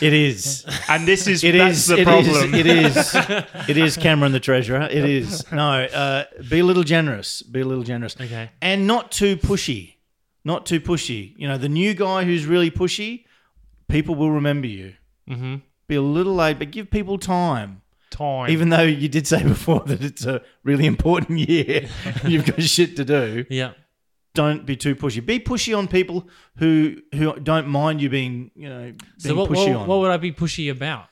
D: it is.
C: And this is
D: It
C: that's
D: is.
C: the
D: it is,
C: problem.
D: It is. It is Cameron the treasurer. It is. No, uh, be a little generous. Be a little generous.
A: Okay.
D: And not too pushy. Not too pushy. You know, the new guy who's really pushy, people will remember you. Mm-hmm. Be a little late, but give people time.
C: Time.
D: Even though you did say before that it's a really important year, you've got shit to do.
A: yeah.
D: Don't be too pushy. Be pushy on people who who don't mind you being, you know, being
A: So what,
D: pushy
A: what,
D: on.
A: what would I be pushy about?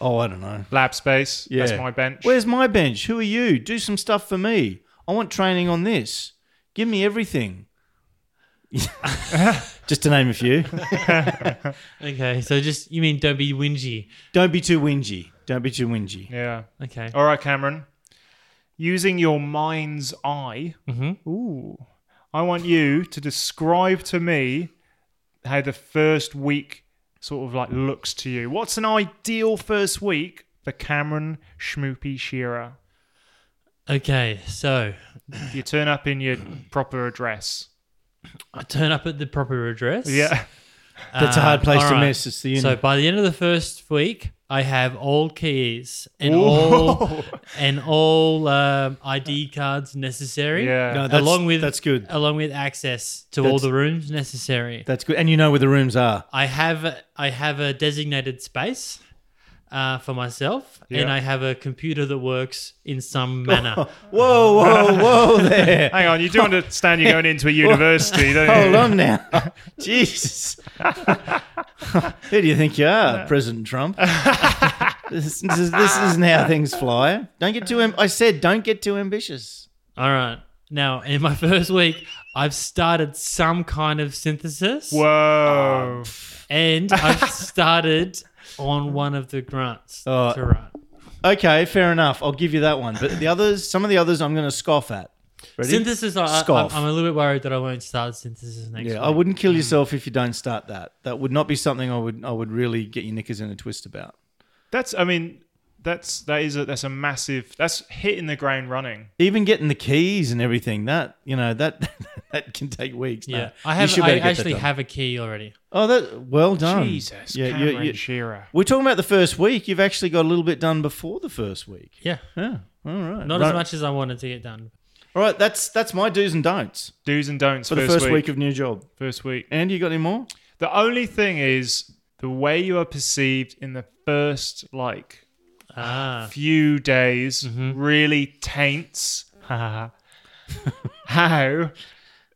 D: oh, I don't know.
C: lab space.
D: Yeah.
C: That's my bench.
D: Where's my bench? Who are you? Do some stuff for me. I want training on this. Give me everything. Just to name a few.
A: Okay. So just, you mean don't be whingy.
D: Don't be too whingy. Don't be too whingy.
C: yeah.
A: Okay.
C: All right, Cameron. Using your mind's eye.
A: Mhm.
D: Mm-hmm.
C: Ooh. I want you to describe to me how the first week sort of like looks to you. What's an ideal first week for Cameron Schmoopy Shearer?
D: Oh.
A: Okay. So
C: You turn up in your proper address.
A: I turn up at the proper address. Uh,
C: Yeah.
D: That's a hard place
A: all
D: to
A: right.
D: miss. It's the uni.
A: So by the end of the first week, I have all keys and all and all um, ID cards necessary.
C: Yeah. No,
D: that's-
A: along with
D: that's good.
A: Along with access to all
D: That's-
A: the rooms necessary.
D: That's good. And you know where the rooms are.
A: I have I have a designated space. uh, for myself,
C: Yeah.
A: and I have a computer that works in some manner.
D: Whoa, whoa, whoa there.
C: Hang on, you do understand you're going into a university, don't you?
D: Hold on now. Jesus. Who do you think you are, President Trump? this, this, is, this isn't how things fly. Don't get too. Am- I said, don't get too ambitious.
A: All right. Now, in my first week, I've started some kind of synthesis,
C: Whoa.
A: and I've started on one of the grants
D: Oh.
A: to run.
D: Okay, fair enough. I'll give you that one. But the others, some of the others, I'm going to scoff at. Ready?
A: Synthesis, I, I,
D: Scoff.
A: I'm a little bit worried that I won't start synthesis next
D: yeah,
A: week.
D: I wouldn't kill yourself if you don't start that. That would not be something I would. I would really get your knickers in a twist about.
C: That's I mean, that's that is a that's a massive that's hitting the ground running.
D: Even getting the keys and everything that you know that that can take weeks. No,
A: Yeah, I
D: you
A: have.
D: should
A: I
D: better get that
A: actually
D: done.
A: have a key already.
D: Oh, that well done.
C: Jesus,
D: Yeah, you-
C: Cameron
D: you-
C: Shearer.
D: We're talking about the first week. You've actually got a little bit done before the first week.
A: Yeah,
D: Yeah. All right.
A: not
D: Right.
A: as much as I wanted to get done.
D: All right. That's that's my do's and don'ts
C: Do's and don'ts
D: for
C: first,
D: the first
C: week.
D: week. of new job.
C: First week.
D: Andy, you got any more?
C: The only thing is the way you are perceived in the first like
A: Ah,
C: few days really taints how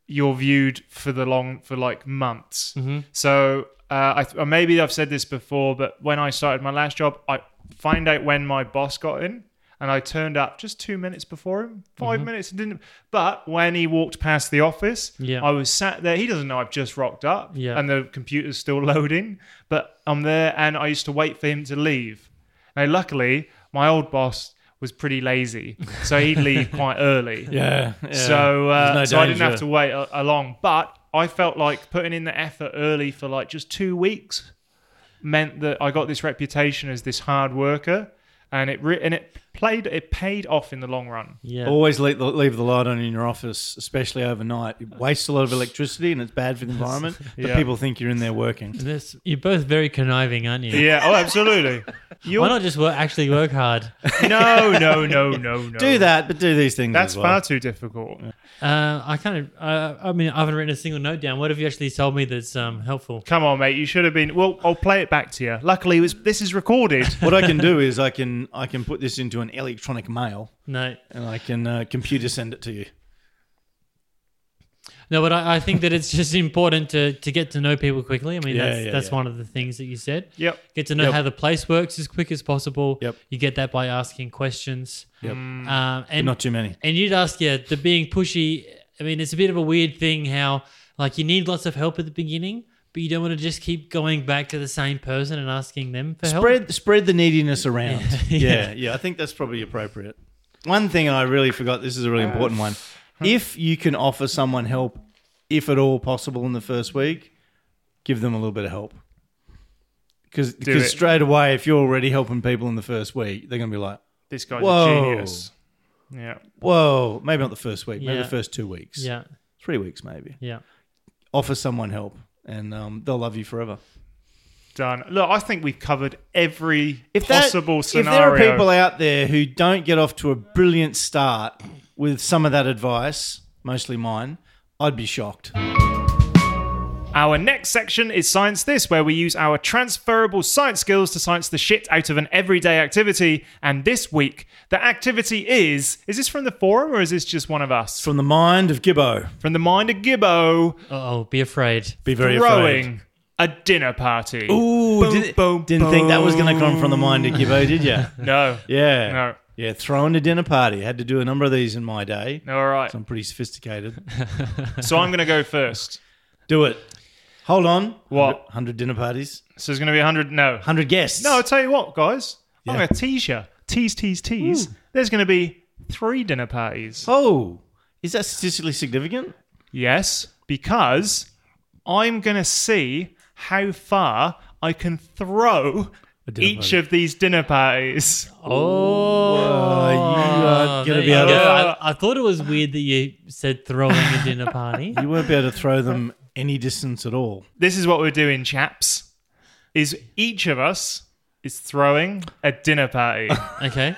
C: you're viewed for the long for like months. So uh, I th- or maybe I've said this before, but when I started my last job, I find out when my boss got in, and I turned up just two minutes before him, 5 minutes, and didn't. But when he walked past the office,
A: Yeah.
C: I was sat there. He doesn't know I've just rocked up,
A: Yeah.
C: and the computer's still loading. But I'm there, and I used to wait for him to leave. Now, luckily, my old boss was pretty lazy, so he'd leave quite early.
D: Yeah.
C: So, uh,
D: There's no
C: so I didn't
D: danger.
C: have to wait a- along. But I felt like putting in the effort early for like just two weeks meant that I got this reputation as this hard worker, and it re- and it played it paid off in the long run.
A: yeah.
D: Always leave the, leave the light on in your office, especially overnight. It wastes a lot of electricity and it's bad for the environment. But
C: Yeah.
D: people think you're in there working.
A: This, you're both very conniving, aren't you?
C: Yeah. Oh, absolutely. You're,
A: Why not just work, actually work hard?
C: no, no, no, no, no.
D: Do that, but do these things.
C: That's
D: as well.
C: far too difficult.
A: Uh, I kind of, uh, I mean, I haven't written a single note down. What have you actually told me that's um, helpful?
C: Come on, mate. You should have been. Well, I'll play it back to you. Luckily, it was, this is recorded.
D: What I can do is I can I can put this into an electronic mail
A: No,
D: and I can uh, computer send it to you.
A: no, but I, I think that it's just important to to get to know people quickly. I mean,
D: Yeah,
A: that's
D: yeah,
A: that's
D: yeah.
A: one of the things that you said.
C: Yep.
A: Get to know
D: Yep.
A: how the place works as quick as possible.
D: Yep.
A: You get that by asking questions.
D: Yep.
A: Um, and
D: Not too many.
A: And you'd ask, yeah, the being pushy. I mean, it's a bit of a weird thing how, like, you need lots of help at the beginning, but you don't want to just keep going back to the same person and asking them for help.
D: spread spread the neediness around.
A: Yeah.
D: Yeah. yeah, I think that's probably appropriate. One thing I really forgot. This is a really
A: Uh,
D: important one. If you can offer someone help, if at all possible, in the first week, give them a little bit of help. Because
C: it.
D: straight away, if you're already helping people in the first week, they're gonna be like,
C: This guy's a
D: Whoa.
C: genius. Yeah.
D: "Whoa, maybe not the first week, maybe
A: Yeah.
D: the first two weeks,
A: Yeah,
D: three weeks, maybe."
A: yeah.
D: Offer someone help, and um, they'll love you forever.
C: Done. Look, I think we've covered every
D: if that-
C: possible
D: If there
C: scenario.
D: are people out there who don't get off to a brilliant start with some of that advice, mostly mine, I'd be shocked.
C: Our next section is Science This, where we use our transferable science skills to science the shit out of an everyday activity. And this week, the activity is is this from the forum or is this just one of us?
D: From the mind of Gibbo,
C: From the mind of Gibbo,
A: Oh, be afraid.
D: be very afraid.
C: throwing a dinner party.
D: Ooh,
C: Boom,
D: did,
C: boom,
D: didn't think that was going to come from the mind of Gibbo, did you?
C: No.
D: Yeah.
C: No.
D: Yeah, throwing a dinner party. Had to do a number of these in my day.
C: All right.
D: So I'm pretty sophisticated.
C: So I'm going to go first.
D: Do it. Hold on.
C: What?
D: 100 dinner parties,
C: So there's going to be 100. No.
D: 100 guests.
C: No, I'll tell you what, guys. I'm
D: Yeah.
C: going to tease you. Tease, tease, tease. There's going to be three dinner parties.
D: Oh, is that statistically significant?
C: Yes, because I'm going to see how far I can throw
D: dinner
C: each
D: party.
C: of these dinner parties.
A: Oh,
D: Uh, you are
A: there
D: going to be
A: you
D: able
A: go.
D: to
A: I, I thought it was weird that you said throwing a dinner party.
D: You won't be able to throw them any distance at all.
C: This is what we're doing, chaps. Is each of us is throwing a dinner party.
A: Okay.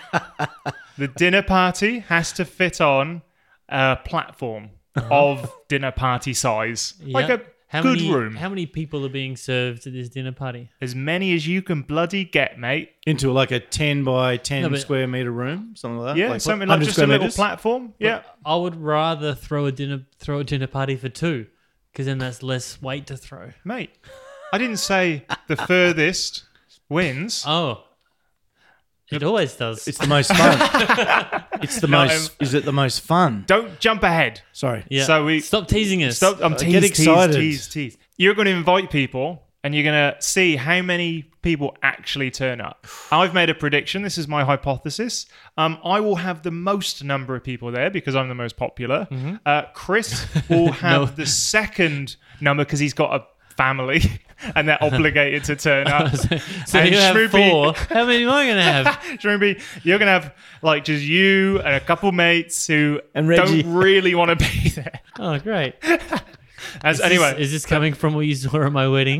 C: the dinner party has to fit on a platform of dinner party size, like
A: Yeah.
C: a
A: How
C: Good
A: many,
C: room.
A: How many people are being served at this dinner party?
C: As many as you can bloody get, mate.
D: into like a 10 by 10
A: No, but-
D: square meter room, something like that.
C: Yeah,
D: like,
C: something
D: what,
C: like
D: 100
C: just a
D: square
C: little
D: meters?
C: platform. Yeah.
A: I would rather throw a dinner throw a dinner party for two, because then that's less weight to throw.
C: Mate, I didn't say the furthest wins.
A: Oh, it always does.
D: It's the most fun. it's the most. Is it the most fun?
C: Don't jump ahead.
D: Sorry.
A: yeah.
C: so we-
A: stop teasing us.
C: Stop, I'm
D: Uh,
C: teased,
D: get excited.
C: teased, teased, teased. You're going to invite people and you're going to see how many people actually turn up. I've made a prediction. This is my hypothesis. Um, I will have the most number of people there because I'm the most popular.
D: Mm-hmm.
C: Uh, Chris will have the second number because he's got a family and they're obligated to turn up.
A: So
C: And
A: you have
C: Shmoopy-
A: four. How many am I going to have?
C: Shrimby, you're gonna have like just you and a couple mates who
D: And Reggie.
C: don't really want to be there.
A: Oh, great.
C: As
A: Is this-
C: anyway,
A: is this coming from what you saw at my wedding?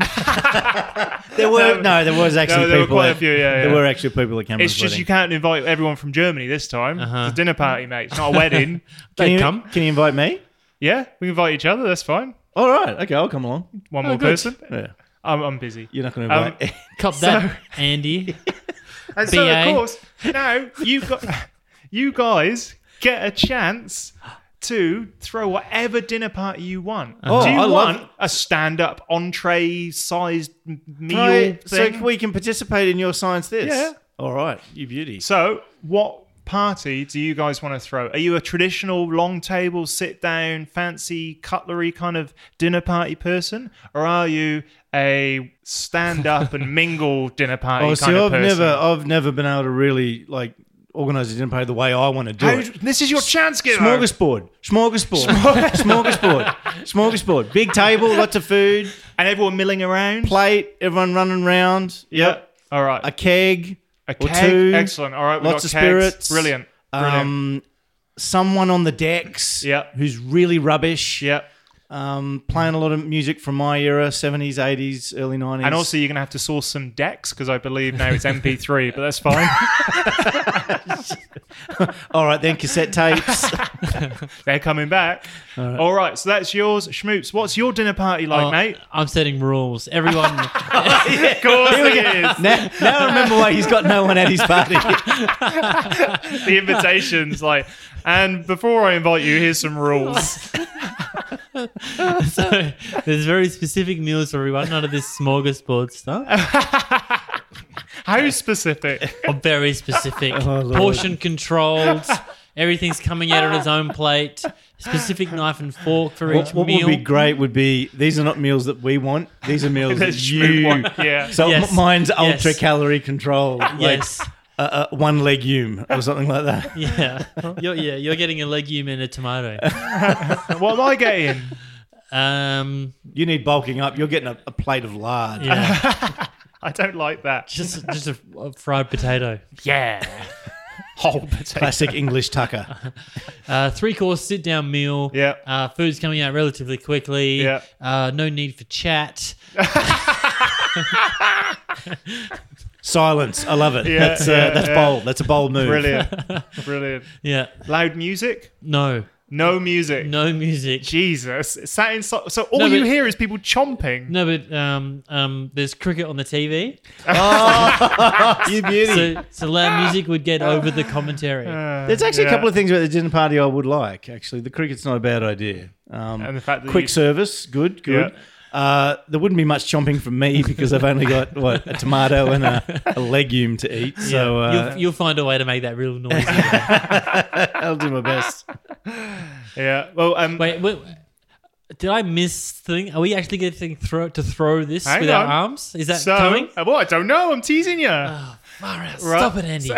D: There were no. There was actually
C: No, there were
D: people.
C: quite
D: that-
C: a few, yeah,
D: There
C: yeah.
D: were actually people that came.
C: it's just you can't invite everyone from Germany this time.
A: Uh-huh.
C: It's a dinner party, mate. It's not a wedding.
D: Can
A: They
D: you
A: come.
D: Can you invite me?
C: yeah, we invite each other. That's fine.
D: All right. Okay, I'll come along.
C: One
A: Oh,
C: more
A: good.
C: person.
D: Yeah.
C: I'm, I'm busy.
D: You're not going to
C: Um,
D: invite.
A: Cop that, Andy.
C: And so,
A: BA.
C: of course, now you got you guys get a chance to throw whatever dinner party you want.
D: Uh-huh.
C: Do you
D: Oh, I love-
C: want a stand-up entree-sized m- meal
D: Right, so
C: thing?
D: we can participate in your science. This.
C: Yeah.
D: All right. You beauty.
C: So, what party do you guys want to throw? Are you a traditional long table, sit down, fancy cutlery kind of dinner party person, or are you a stand up and mingle dinner party
D: Oh,
C: kind
D: see,
C: of
D: I've
C: person?
D: never, I've never been able to really like organize a dinner party the way I want to do
C: How-
D: it.
C: this is your chance, Gizmo.
D: Smorgasbord, smorgasbord, smorgasbord, smorgasbord. Big table, lots of food,
C: and everyone milling around.
D: plate, everyone running round.
C: Yeah. All right.
D: a keg,
C: A
D: or
C: keg.
D: two.
C: Excellent. All right. We
D: lots
C: got
D: of
C: kegs.
D: spirits.
C: Brilliant. Brilliant.
D: Um, someone on the decks.
C: Yeah.
D: who's really rubbish.
C: yeah.
D: um, playing a lot of music from my era, seventies, eighties, early nineties.
C: And also, you're going to have to source some decks because I believe now it's MP3, but that's fine.
D: all right, then cassette tapes.
C: They're coming back. All right. So that's yours. Schmoops, what's your dinner party like,
A: Oh,
C: mate?
A: I'm setting rules. Everyone,
C: Of course it
D: now, now I remember why he's got no one at his party.
C: is. The invitation's like, and before I invite you, here's some rules.
A: so there's very specific meals for everyone. None of this smorgasbord stuff.
C: How specific?
A: Or very specific.
D: Oh, Lord.
A: Portion controlled. Everything's coming out on its own plate. Specific knife and fork for
D: What,
A: each
D: what
A: meal.
D: would be great would be these are not meals that we want; these are meals that
C: That's Shmoop
D: you.
C: one. Yeah.
D: So
A: Yes.
D: m- mine's
A: Yes.
D: ultra calorie controlled.
A: yes.
D: Like, uh, uh, one legume or something like that.
A: yeah. You're, yeah. You're getting a legume and a tomato.
C: what am I getting?
A: Um.
D: You need bulking up. You're getting a, a plate of lard.
A: Yeah.
C: I don't like that.
A: just just a, a fried potato.
C: Yeah. Whole potato.
D: Classic English tucker.
A: Uh, three course sit down meal.
C: Yeah.
A: Uh, food's coming out relatively quickly.
C: Yeah.
A: Uh, no need for chat.
D: Silence. I love it.
C: Yeah,
D: that's uh,
C: yeah,
D: that's
C: yeah.
D: bold. That's a bold move.
C: Brilliant. Brilliant.
A: Yeah.
C: Loud music?
A: No.
C: No music.
A: No music.
C: Jesus. It sat inside. So all
A: No,
C: you
A: but-
C: hear is people chomping.
A: No, but um, um, there's cricket on the TV,
D: You beauty.
A: so, so loud music would get over the commentary.
D: There's actually
C: Yeah.
D: a couple of things about the dinner party I would like. Actually, the cricket's not a bad idea. Um,
C: And the fact that
D: quick
C: you-
D: service, good, good. Uh, there wouldn't be much chomping from me because I've only got what a tomato and a, a legume to eat. So uh,
A: you'll, you'll find a way to make that real noisy.
D: I'll do my best.
C: Yeah. Well, um,
A: wait, wait, did I miss thing? Are we actually getting throw, to throw this
C: Hang
A: with our
C: on.
A: arms? Is that
C: so.
A: coming? Uh,
C: Uh, Well, I don't know. I'm teasing you.
A: Alright, Stop it, Andy.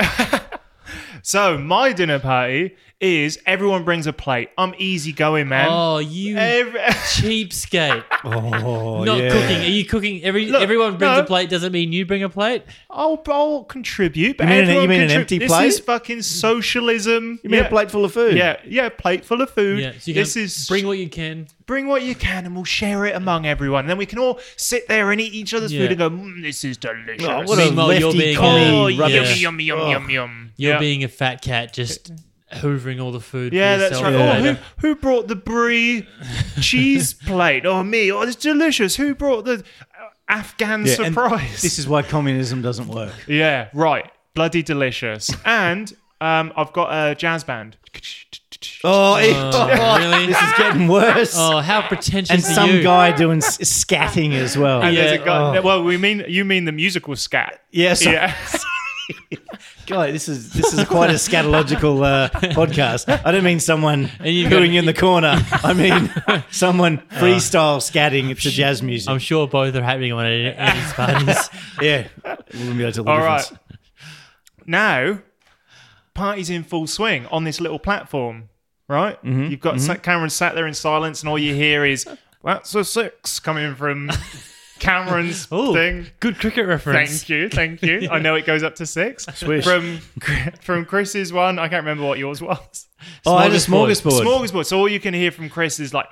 C: So my dinner party is everyone brings a plate. I'm easy going, man.
A: oh, you
C: Every-
A: cheapskate!
D: Oh,
A: Not
D: yeah.
A: cooking. Are you cooking? Every
C: Look,
A: everyone brings
C: no.
A: a plate. Doesn't mean you bring a plate.
C: I'll, I'll contribute. But
D: You mean an-
C: everyone
D: you mean an
C: contrib-
D: empty
C: this
D: plate?
C: This is fucking socialism.
D: You mean a plate full of food?
C: Yeah, yeah, plate full of food.
A: Yeah, so you can
C: this is
A: bring what you can.
C: bring what you can, and we'll share it among everyone. And then we can all sit there and eat each other's
A: Yeah.
C: food and go, mm, "This is delicious."
D: Oh, what a
A: Meanwhile, you're
D: lefty
A: being-
D: commie
C: Oh,
A: Yeah.
C: yum,
D: rubbish.
C: yum, yum, yum, yum.
A: You're
C: Yeah.
A: being a fat cat, just hoovering all the food. for
C: Yeah, that's
A: yourself
C: right.
D: Yeah.
C: Oh,
A: later.
C: who, who brought the brie cheese plate? Oh, me. Oh, it's delicious. Who brought the uh, Afghan
D: Yeah, and
C: surprise?
D: This is why communism doesn't work.
C: yeah, right. Bloody delicious. and um, I've got a jazz band.
D: Oh, it-
A: Oh, really?
D: this is getting worse.
A: Oh, how pretentious
D: and
A: are
D: some
A: you?
D: guy doing s- scatting as well.
C: And there's a
A: Yeah,
D: Oh.
C: guy- Well, we mean you mean the musical scat.
D: Yes.
C: Yeah.
D: God, this is this is quite a scatological uh, podcast. I don't mean someone
A: you've
D: hooing
A: got-
D: in the corner. I mean someone freestyle scatting to jazz music.
A: I'm sure both are happening on it at these parties.
D: yeah, we wouldn't be able to tell the
C: All right.
D: difference.
C: Now, party's in full swing on this little platform, right? You've got Sa- Cameron sat there in silence, and all you hear is, that's a six coming from Cameron's
A: Ooh,
C: thing.
A: good cricket reference.
C: Thank you, thank you. I know it goes up to six.
D: Swish.
C: From from Chris's one, I can't remember what yours was.
D: Oh, I just
A: Smorgasbord.
D: smorgasbord.
C: Smorgasbord. So all you can hear from Chris is like,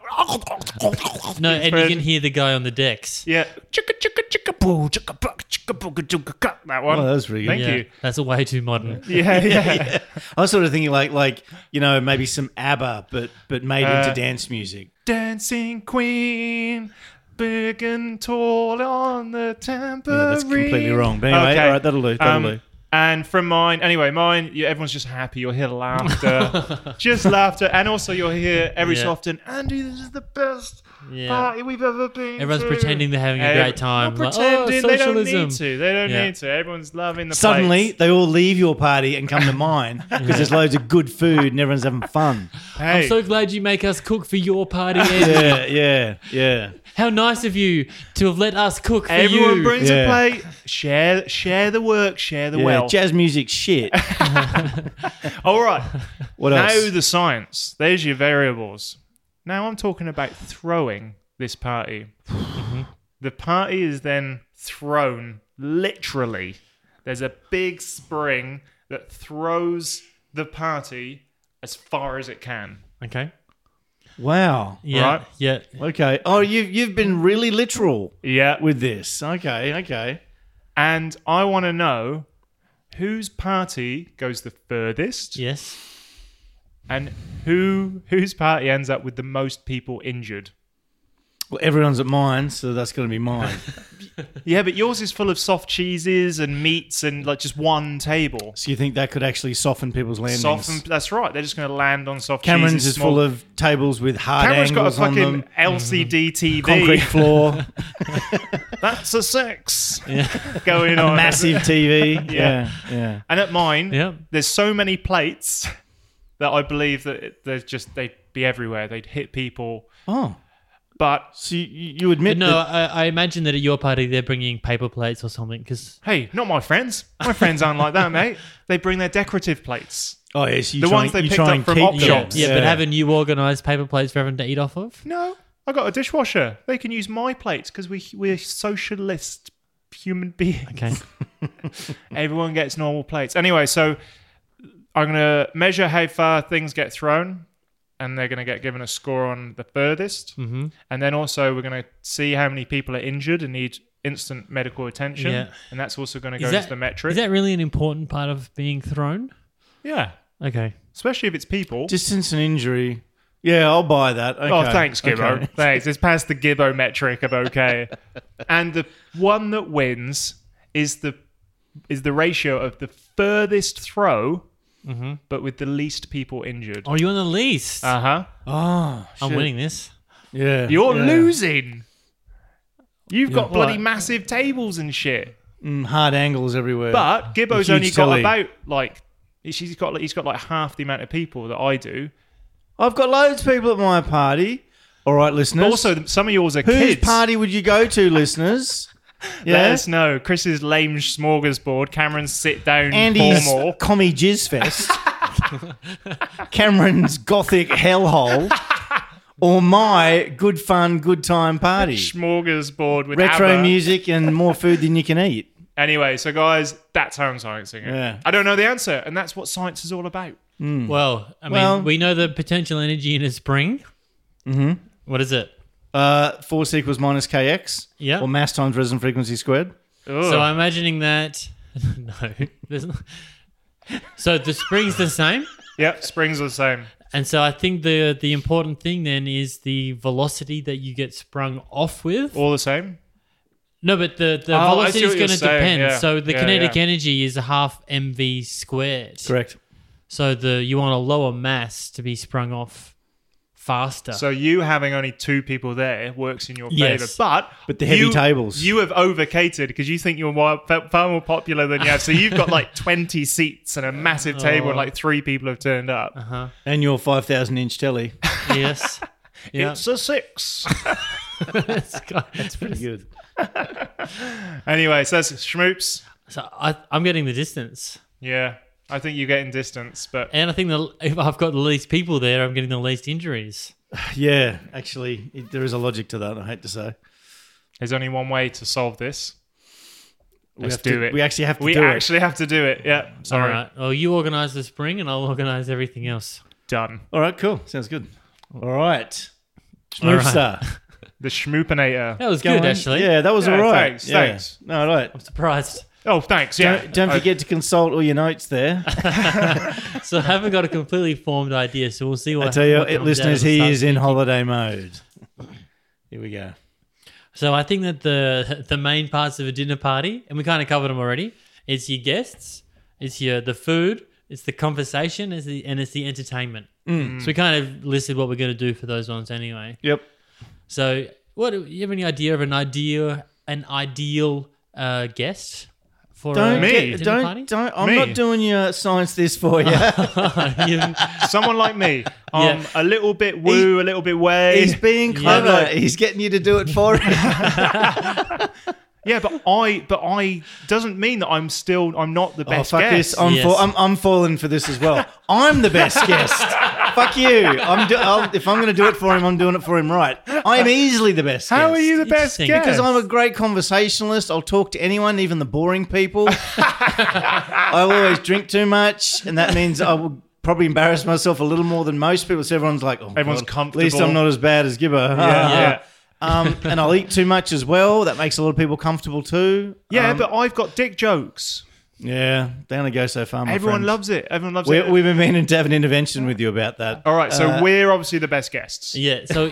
A: No, and you
C: Fred.
A: can hear the guy on the decks.
C: yeah, chicka chicka chicka boo chicka buck chicka booga chicka cut. That one.
D: Oh, that was really
C: Thank
D: good.
A: Yeah,
C: you.
A: that's way too modern.
C: Yeah, yeah.
D: I was sort of thinking like like you know maybe some ABBA, but but made
C: Uh,
D: into dance music.
C: Dancing Queen, big and tall on the tambourine.
D: Yeah, that's completely wrong. But anyway, all right, that'll do. That'll
C: Um,
D: do.
C: And from mine, anyway, mine, you, everyone's just happy. You'll hear laughter, just laughter, and also you'll hear every so
A: Yeah.
C: often, Andy, this is the best
A: Yeah.
C: party we've ever been.
A: Everyone's
C: to."
A: pretending they're having a
C: Every-
A: great time.
C: Well,
A: Like, oh,
C: Mm. pretending they don't need
A: socialism.
C: to. They don't
A: Yeah.
C: need to. Everyone's loving the
D: Suddenly,
C: plates.
D: they all leave your party and come to mine because there's loads of good food and everyone's having fun.
C: Hey,
A: I'm so glad you make us cook for your party. Andy.
D: Yeah, yeah, yeah.
A: How nice of you to have let us cook for
C: everyone
A: you.
C: brings a
D: Yeah.
C: plate. Share, share the work. Share the
D: yeah.
C: wealth.
D: jazz music shit.
C: All right.
D: What
C: Now
D: else?
C: the science. There's your variables. Now I'm talking about throwing this party.
D: Mm-hmm.
C: the party is then thrown literally. There's a big spring that throws the party as far as it can.
A: Okay.
D: wow.
A: Yeah.
C: Right.
A: Yeah.
D: Okay. Oh, you've you've been really literal
C: Yeah.
D: with this. Okay. Okay.
C: And I want to know whose party goes the furthest
A: Yes.
C: and who whose party ends up with the most people injured.
D: Well, everyone's at mine, so that's going to be mine.
C: Yeah, but yours is full of soft cheeses and meats and like just one table.
D: so you think that could actually soften people's landings?
C: Soft and, that's right. They're just going to land on soft
D: Cameron's
C: cheeses.
D: is
C: small-
D: full of tables with hard
C: Cameron's got a
D: angles on
C: fucking
D: them, Mm-hmm.
C: LCD TV.
D: concrete floor,
C: That's a six going on.
D: massive TV.
C: Yeah.
D: Yeah. Yeah.
C: And at mine,
A: Yeah.
C: there's so many plates that I believe that it- there's just they'd be everywhere. They'd hit people.
D: Oh,
C: But
D: so you, you admit
A: But no,
D: that
A: I, I imagine that at your party they're bringing paper plates or something because
C: hey, not my friends. My friends aren't like that, mate. They bring their decorative plates.
D: Oh yes, you
C: The
D: try
C: ones
D: and-
C: they
D: you
C: picked
D: try
C: up
D: and
C: from
D: keep
C: op
D: them.
A: yeah,
C: shops.
A: yeah, but haven't you organised paper plates for everyone to eat off of?
C: No, I got a dishwasher. They can use my plates because we we're socialist human beings.
A: Okay.
C: Everyone gets normal plates. Anyway, so I'm gonna measure how far things get thrown, and they're gonna get given a score on the furthest. Mm-hmm. And then also we're gonna see how many people are injured and need instant medical attention.
A: Yeah.
C: And that's also gonna go
A: Is
C: into
A: that,
C: the metric.
A: is that really an important part of being thrown?
C: yeah.
A: Okay.
C: Especially if it's people.
D: distance and injury. Yeah, I'll buy that. Okay.
C: Oh, thanks, Gibbo.
D: Okay.
C: Thanks. It's past the Gibbo metric of okay. and the one that wins is the is the ratio of the furthest throw,
D: Mm-hmm.
C: but with the least people injured.
A: Are you Oh, on the least?
C: Uh huh.
D: Oh,
A: I'm
D: shit.
A: winning this.
D: Yeah,
C: You're
D: yeah.
C: losing. You've got
A: What?
C: bloody massive tables and shit.
D: Mm, hard angles everywhere.
C: But Gibbo's
D: Huge
C: only got
D: telly.
C: about like he's got he's got like half the amount of people that I do.
D: I've got loads of people at my party. All right, listeners.
C: But also, some of yours are
D: whose
C: kids.
D: party would you go to, listeners?
C: Let
D: Yeah,
C: us know. Chris's lame smorgasbord. Cameron's sit down
D: Andy's
C: formal.
D: commie jizz fest. Cameron's gothic hellhole. Or my good fun, good time party.
C: smorgasbord with
D: Retro
C: ABBA.
D: music and more food than you can eat.
C: Anyway, so guys, that's how I'm sciencing it.
D: Yeah.
C: I don't know the answer, and that's what science is all about.
A: Well, I mean,
D: Well-
A: we know the potential energy in a spring. Mm-hmm. is it?
D: Uh, force equals minus kx.
A: Yeah.
D: Or mass times resonant frequency squared.
C: Ugh.
A: So I'm imagining that. no, there's not. So the spring's the same.
C: Yep, springs are the same.
A: And so I think the the important thing then is the velocity that you get sprung off with.
C: All the same.
A: No, but the, the
C: Oh, I see
A: velocity is
C: what you're
A: going to
C: saying,
A: depend.
C: yeah.
A: So the
C: Yeah,
A: kinetic
C: yeah.
A: energy is a half mv squared.
D: Correct.
A: So the you want a lower mass to be sprung off faster.
C: So you having only two people there works in your
A: Yes.
C: favor, but
D: But the heavy
C: you-
D: tables.
C: you have overcated because you think you're more, fa- far more popular than you have. So you've got like twenty seats and a massive table, and like three people have turned up.
A: Oh. uh-huh.
D: And your 5,000 inch telly.
A: yes. Yeah.
C: It's a six.
A: It's got- it's pretty-
D: Good.
C: anyway, so that's schmoops.
A: so I, I'm getting the distance.
C: Yeah, I think you're getting distance, but
A: And I think the, if I've got the least people there, I'm getting the least injuries.
D: Yeah, actually, it, there is a logic to that, I hate to say.
C: there's only one way to solve this.
D: We
C: Let's
D: have to-
C: do it.
D: We actually have to
C: We
D: do
C: actually have to do it. Yeah. Sorry.
A: All right. Well, you organize the spring and I'll organize everything else.
C: Done.
D: it. All right, cool. Sounds good. All right.
A: All right.
D: Star.
C: The schmoopinator.
A: That was
D: Go
A: good,
D: on.
A: actually.
D: Yeah, that was
C: Yeah,
D: all right.
C: thanks,
D: Yeah.
C: thanks.
D: No, all right.
A: Surprised.
C: Oh, thanks. Yeah.
D: Don't, don't
C: I-
D: forget to consult all your notes there.
A: So I haven't got a completely formed idea. So we'll see what
D: I tell you,
A: what comes out
D: listeners,
A: of the
D: he
A: start.
D: is in holiday mode. Here we go.
A: So I think that the the main parts of a dinner party, and we kind of covered them already. It's your guests, it's your the food, it's the conversation, it's the, and it's the entertainment. So we kind of listed what we're going to do for those ones anyway.
D: Mm. Yep.
A: So what you have any idea of an idea an ideal uh, guest for a
D: Don't
C: Me?
D: get-
A: dinner
D: don't
A: party?
D: don't. I'm
C: Me?
D: not doing your science this for you.
A: You-
C: Uh, someone like me. Um,
A: Yeah.
C: a little bit woo, a little bit way.
D: He's being clever. He's getting you to do it for him.
C: Yeah, but I, but I doesn't mean that I'm still. I'm not the
D: oh,
C: best
D: fuck
C: guest.
D: this. I'm,
A: Yes.
D: fall- I'm I'm falling for this as well. I'm the best guest. fuck you. I'm do- I'll, if I'm going to do it for him, I'm doing it for him right. I am easily the best.
C: How
D: guest.
C: are you the best
A: Interesting.
C: guest?
D: Because I'm a great conversationalist. I'll talk to anyone, even the boring people. I will always drink too much, and that means I will probably embarrass myself a little more than most people. So everyone's like, oh,
C: Everyone's
D: God, At least
C: comfortable.
D: I'm not as bad as Gibber. Uh,
C: Yeah, yeah.
D: um, and I'll eat too much as well. That makes a lot of people comfortable too.
C: Yeah,
D: Um,
C: but I've got dick jokes.
D: yeah, they only go so far. My
C: Everyone
D: friend.
C: loves it. Everyone loves
D: We,
C: it.
D: we've been meaning to have an intervention with you about that.
C: All right, so
D: Uh,
C: we're obviously the best guests.
A: yeah. So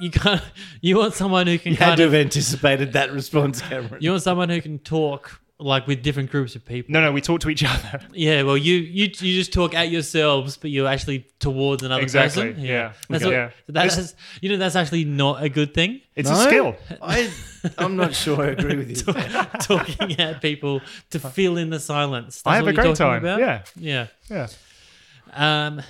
A: you can you want someone who can
D: you had
A: kind
D: to
A: of
D: have anticipated that response, Cameron.
A: you want someone who can talk like with different groups of people.
C: No, no, we talk to each other.
A: Yeah, well, you you you just talk at yourselves, but you're actually towards another
C: Exactly,
A: person.
C: yeah.
A: that's
C: Okay.
A: what,
C: Yeah.
A: that's you know that's actually not a good thing.
C: It's
D: No?
C: a skill.
D: I, I'm not sure I agree with you.
A: talking at people to fill in the silence. That's
C: I have
A: what
C: a
A: you're
C: great time.
A: talking about?
C: Yeah,
A: yeah.
C: yeah.
A: Um,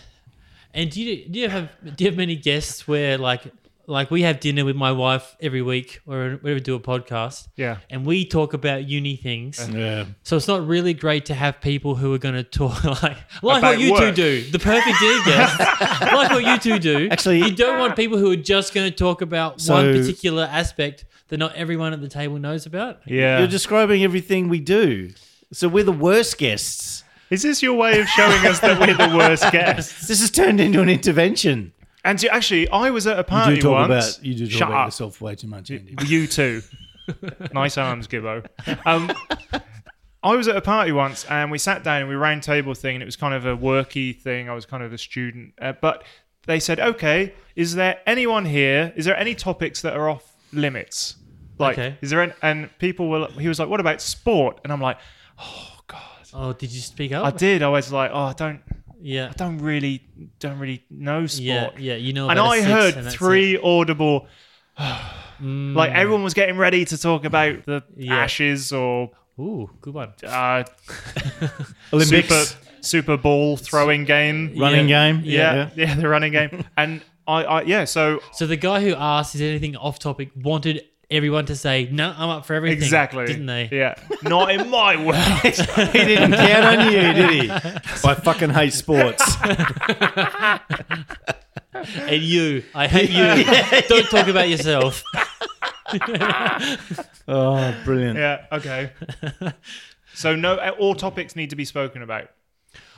A: and do you do you have do you have many guests where like like we have dinner with my wife every week or we do a podcast.
C: Yeah.
A: And we talk about uni
C: Uh-huh.
A: things.
D: Yeah.
A: So it's not really great to have people who are going to talk like like
C: About
A: what you
C: work.
A: two do, the perfect dinner guest, like what you two do.
D: Actually-
A: you don't want people who are just going to talk about
D: So-
A: one particular aspect that not everyone at the table knows about.
C: Yeah.
D: You're describing everything we do. So we're the worst guests.
C: Is this your way of showing us that we're the worst guests?
D: This has turned into an intervention.
C: And you- actually, I was at a party once. Shut up.
D: yourself way too much, Andy.
C: You too. nice arms, Gibbo. Um, I was at a party once and we sat down and we round table thing and it was kind of a worky thing. I was kind of a student, uh, but they said, "Okay, is there anyone here? Is there any topics that are off limits? Like,
A: Okay.
C: is there?" An, and people were. He was like, "What about sport?" And I'm like, "Oh God."
A: Oh, did you speak up?
C: I did. I was like, "Oh, I don't,
A: yeah.
C: don't really, don't really know sport."
A: Yeah, yeah, you know.
C: and
A: about a
C: I
A: six
C: heard
A: and that's it. Mm.
C: three audible. like everyone was getting ready to talk about the
A: Yeah.
C: ashes or
A: Ooh, good one.
C: uh,
D: Olympics,
C: super super ball throwing game.
D: running
A: Yeah.
D: game.
C: Yeah, yeah, the running game. And I, I, yeah. So
A: So the guy who asked is anything off topic wanted everyone to say no, I'm up for everything.
C: exactly,
A: didn't they?
C: Yeah, not in my world.
D: he didn't count on you, did he? I fucking hate sports.
A: And you, I hate you. Don't talk about yourself.
D: Oh, brilliant.
C: yeah, okay. So no, uh, all topics need to be spoken about.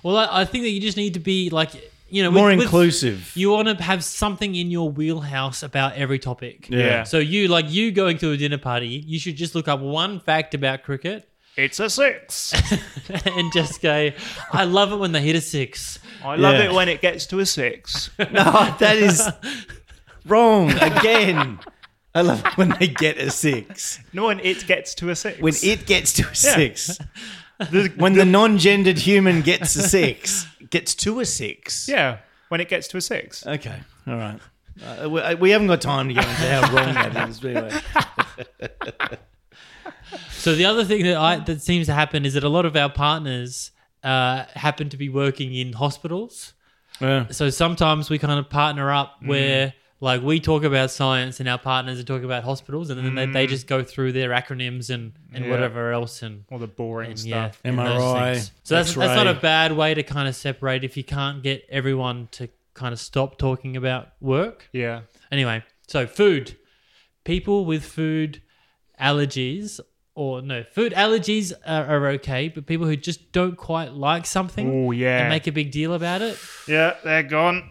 A: Well, I, I think that you just need to be like, you know, with-
D: More
A: with-
D: inclusive.
A: you want to have something in your wheelhouse about every topic.
D: Yeah.
A: So you like you going to a dinner party, you should just look up one fact about cricket
C: It's a six.
A: and just go, I love it when they hit a six.
C: I love
D: Yeah.
C: it when it gets to a six.
D: No, that is wrong again. I love it when they get a six.
C: no, when it gets to a six.
D: When it gets to a six.
C: The-
D: When the non gendered human gets a six, gets to a six.
C: yeah, when it gets to a six.
D: Okay. All right. Uh, we, we haven't got time to go into how wrong that is. but Anyway.
A: So the other thing that I that seems to happen is that a lot of our partners uh, happen to be working in hospitals. So sometimes we kind of partner
C: Mm.
A: up where like we talk about science and our partners are talking about hospitals and then they, they just go through their acronyms and, and
C: Mm. Yeah.
A: whatever else and,
C: All the boring
A: and yeah.
C: stuff.
A: and those
D: MRI,
A: things. So that's, that's not
D: X-ray.
A: a bad way to kind of separate if you can't get everyone to kind of stop talking about work.
C: Yeah.
A: Anyway, so food. People with food allergies, or no, food allergies are, are okay, but people who just don't quite like something
C: Oh, yeah.
A: and make a big deal about it,
C: yeah, they're gone.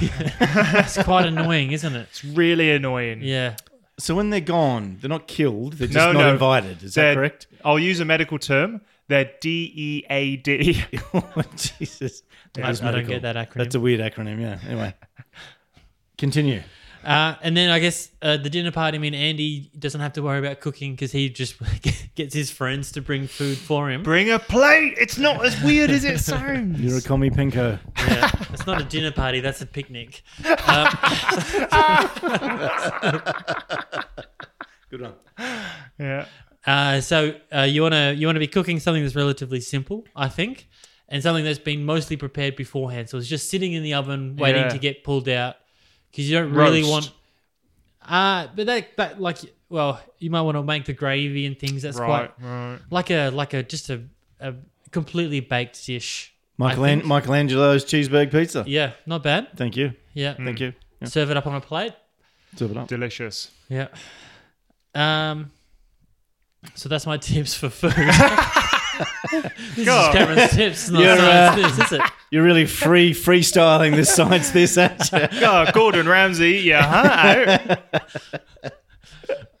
A: it's quite annoying, isn't it?
C: It's really annoying.
A: Yeah.
D: So when they're gone, they're not killed. They're just
C: No,
D: not
C: no.
D: invited. Is
C: They're-
D: that correct?
C: I'll use a medical term. They're D E A D.
D: oh, Jesus.
A: I-
D: That's
A: I don't
D: medical.
A: get that acronym.
D: That's a weird acronym. Yeah. Anyway. Continue.
A: Uh, and then I guess uh, the dinner party, I mean, Andy doesn't have to worry about cooking because he just gets his friends to bring food for him.
C: Bring a plate. It's not as weird as it sounds.
D: You're a commie pinko.
A: Yeah, it's not a dinner party, that's a picnic.
D: Good one.
C: yeah.
A: Uh, so uh, you want to you want to be cooking something that's relatively simple, I think, and something that's been mostly prepared beforehand. So it's just sitting in the oven waiting
C: Yeah.
A: to get pulled out because you don't really
C: Roast.
A: want. Uh, but that that like well, you might want to make the gravy and things. That's
C: Right.
A: quite
C: Right.
A: like a like a just a, a completely baked dish.
D: Michael
A: I
D: An-
A: think-
D: Michelangelo's cheeseburger pizza.
A: Yeah, Mm. not bad.
D: Thank you.
A: Yeah,
D: Thank you. Mm, Yeah.
A: serve it up on a plate.
D: Serve it up.
C: Delicious.
A: Yeah. Um. So that's my tips for food. this
C: Go.
A: is Cameron's tips, not
D: You're,
A: science this, is it?
D: You're really free freestyling this science this aren't you?
C: Oh, Gordon Ramsay. Yeah. Huh?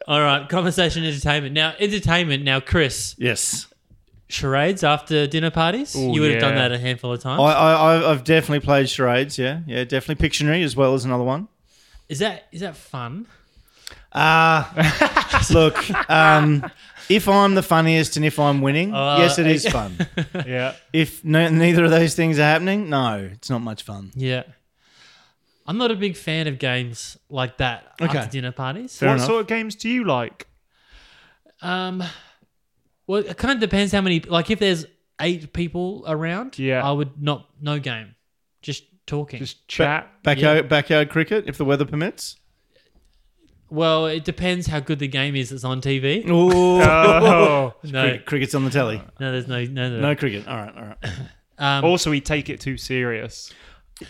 A: All right, conversation entertainment. Now, entertainment. Now, Chris,
D: Yes.
A: charades after dinner parties.
C: Ooh,
A: you would have done
C: yeah.
A: that a handful of
D: I,
A: times.
D: I, I- I've definitely played charades, yeah. Yeah, definitely. Pictionary as well as another one.
A: is that is that fun?
D: Uh, look, um, if I'm the funniest and if I'm winning,
A: Uh,
D: yes, it is fun.
C: yeah.
D: if no, neither of those things are happening, no, it's not much fun.
A: Yeah. I'm not a big fan of games like that
D: Okay.
A: after dinner parties.
C: what
D: enough.
C: sort of games do you like?
A: Um, well, it kind of depends how many. Like, if there's eight people around,
C: Yeah.
A: I would not no game, just talking.
C: Just chat.
D: Backyard, backyard cricket, if the weather permits.
A: well, it depends how good the game is that's on TV.
D: Ooh.
C: Oh.
A: Uh, No, Uh,
D: Cricket's on the telly.
A: no, there's no no no.
D: No cricket. All right, all right.
A: Um,
C: Also, we take it too serious.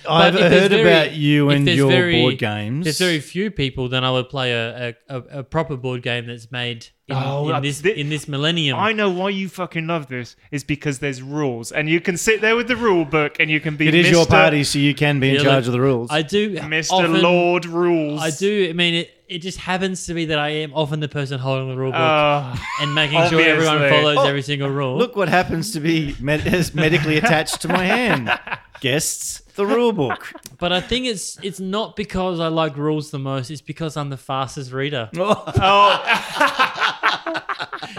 D: I've
A: if there's
D: heard
A: very-
D: about you
A: if
D: and
A: there's
D: your
A: very-
D: board
A: If
D: games.
A: there's very few people, then I would play a, a, a, a proper board game that's made in,
C: Oh,
A: in
C: that-
A: this
C: thi-
A: in this millennium.
C: I know why you fucking love this is because there's rules, and you can sit there with the rule book, and you can be
D: It is
C: Mr.
D: your party, so you can be in
A: Yeah,
D: charge
A: look,
D: of the rules.
A: I do,
C: Mr.
A: often-
C: Lord Rules.
A: I do. I mean, it, it just happens to be that I am often the person holding the rule book
C: Uh,
A: and making sure everyone
C: obviously.
A: follows
D: Oh,
A: every single rule.
D: Look what happens to be med- is medically attached to my hand. Guests, the rule book.
A: But I think it's it's not because I like rules the most. It's because I'm the fastest reader.
C: oh,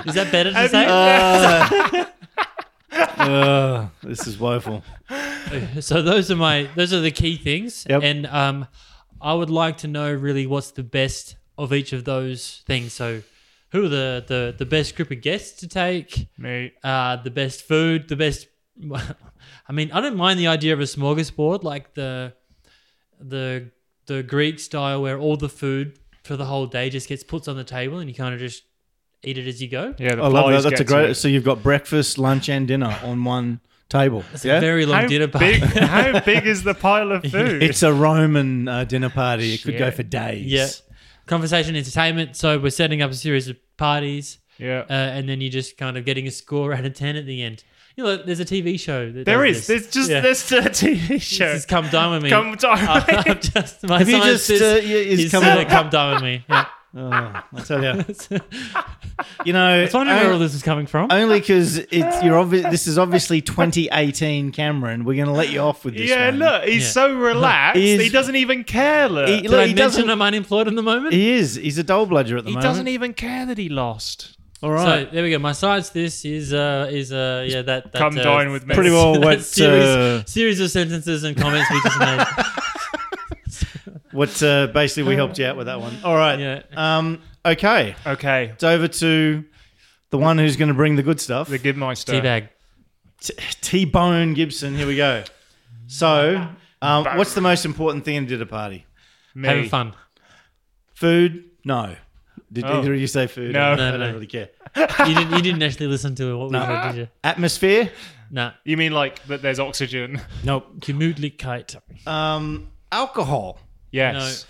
A: Is that better to
C: Have
A: say?
D: Uh, Ugh, uh, this is woeful.
A: so those are my those are the key things
D: Yep.
A: and um i would like to know really what's the best of each of those things so who are the the, the best group of guests to take
C: mate.
A: uh the best food the best i mean i don't mind the idea of a smorgasbord like the the the greek style where all the food for the whole day just gets put on the table and you kind of just eat it as you go
C: Yeah, the
D: I love
C: flies
D: that. That's a
C: get to
D: great.
C: it.
D: So you've got breakfast, lunch, and dinner on one table.
A: it's
D: yeah?
A: a very long
C: How
A: dinner party
C: big, how big is the pile of food?
D: it's a Roman uh, dinner party. It could go
C: Shit.
D: for days.
A: yeah conversation entertainment so we're setting up a series of parties
C: yeah.
A: uh, and then you're just kind of getting a score out of 10 at the end. You know, there's a TV show. That
C: there
A: does
C: is.
A: This.
C: There's just
A: Yeah.
C: there's a TV show.
A: This is Come Dine With Me.
C: Come down.
A: I've just, my
D: Have you
A: science
D: just?
A: is,
D: Uh, yeah, is
A: is
D: coming
A: come Dine With Me. Yeah.
D: Oh, I tell you, you know,
A: It's wondering where all
D: on-
A: this is coming from.
D: only because it's you're obvi- This is obviously 2018, Cameron. We're going to let you off with this.
C: Yeah,
D: one.
C: look, he's
A: Yeah.
C: so relaxed.
D: He is-
C: he doesn't even care. Look.
D: He-
C: He,
A: Uh, Did
D: look,
A: I
D: he
A: mention
D: doesn't-
A: I'm unemployed at the moment?
D: He is. He's a dull bludger at the moment.
C: doesn't even care that he lost.
D: All right.
A: So there we go. My science this is uh is uh yeah that, that
C: Come
A: uh,
C: dine with me.
D: Pretty well
A: that
D: what,
A: series,
D: uh,
A: series of sentences and comments we just made.
D: what uh, basically we helped you out with that one. All right.
A: Yeah.
D: Um. Okay.
C: Okay,
D: It's over to the one who's going to bring the good stuff.
C: the good meister.
A: Teabag.
D: T Bone Gibson. Here we go. So, um, what's the most important thing at a dinner party?
C: Me.
A: Having fun.
D: Food? No. Did
C: Oh.
D: either of you say food?
C: No.
D: I
A: No,
D: don't
A: no.
D: really care.
A: You didn't you didn't actually listen to what we
D: No.
A: said, did you?
D: Atmosphere?
A: No.
C: You mean like that? There's oxygen.
D: Nope.
A: Gemütlichkeit.
D: Um, alcohol.
C: Yes.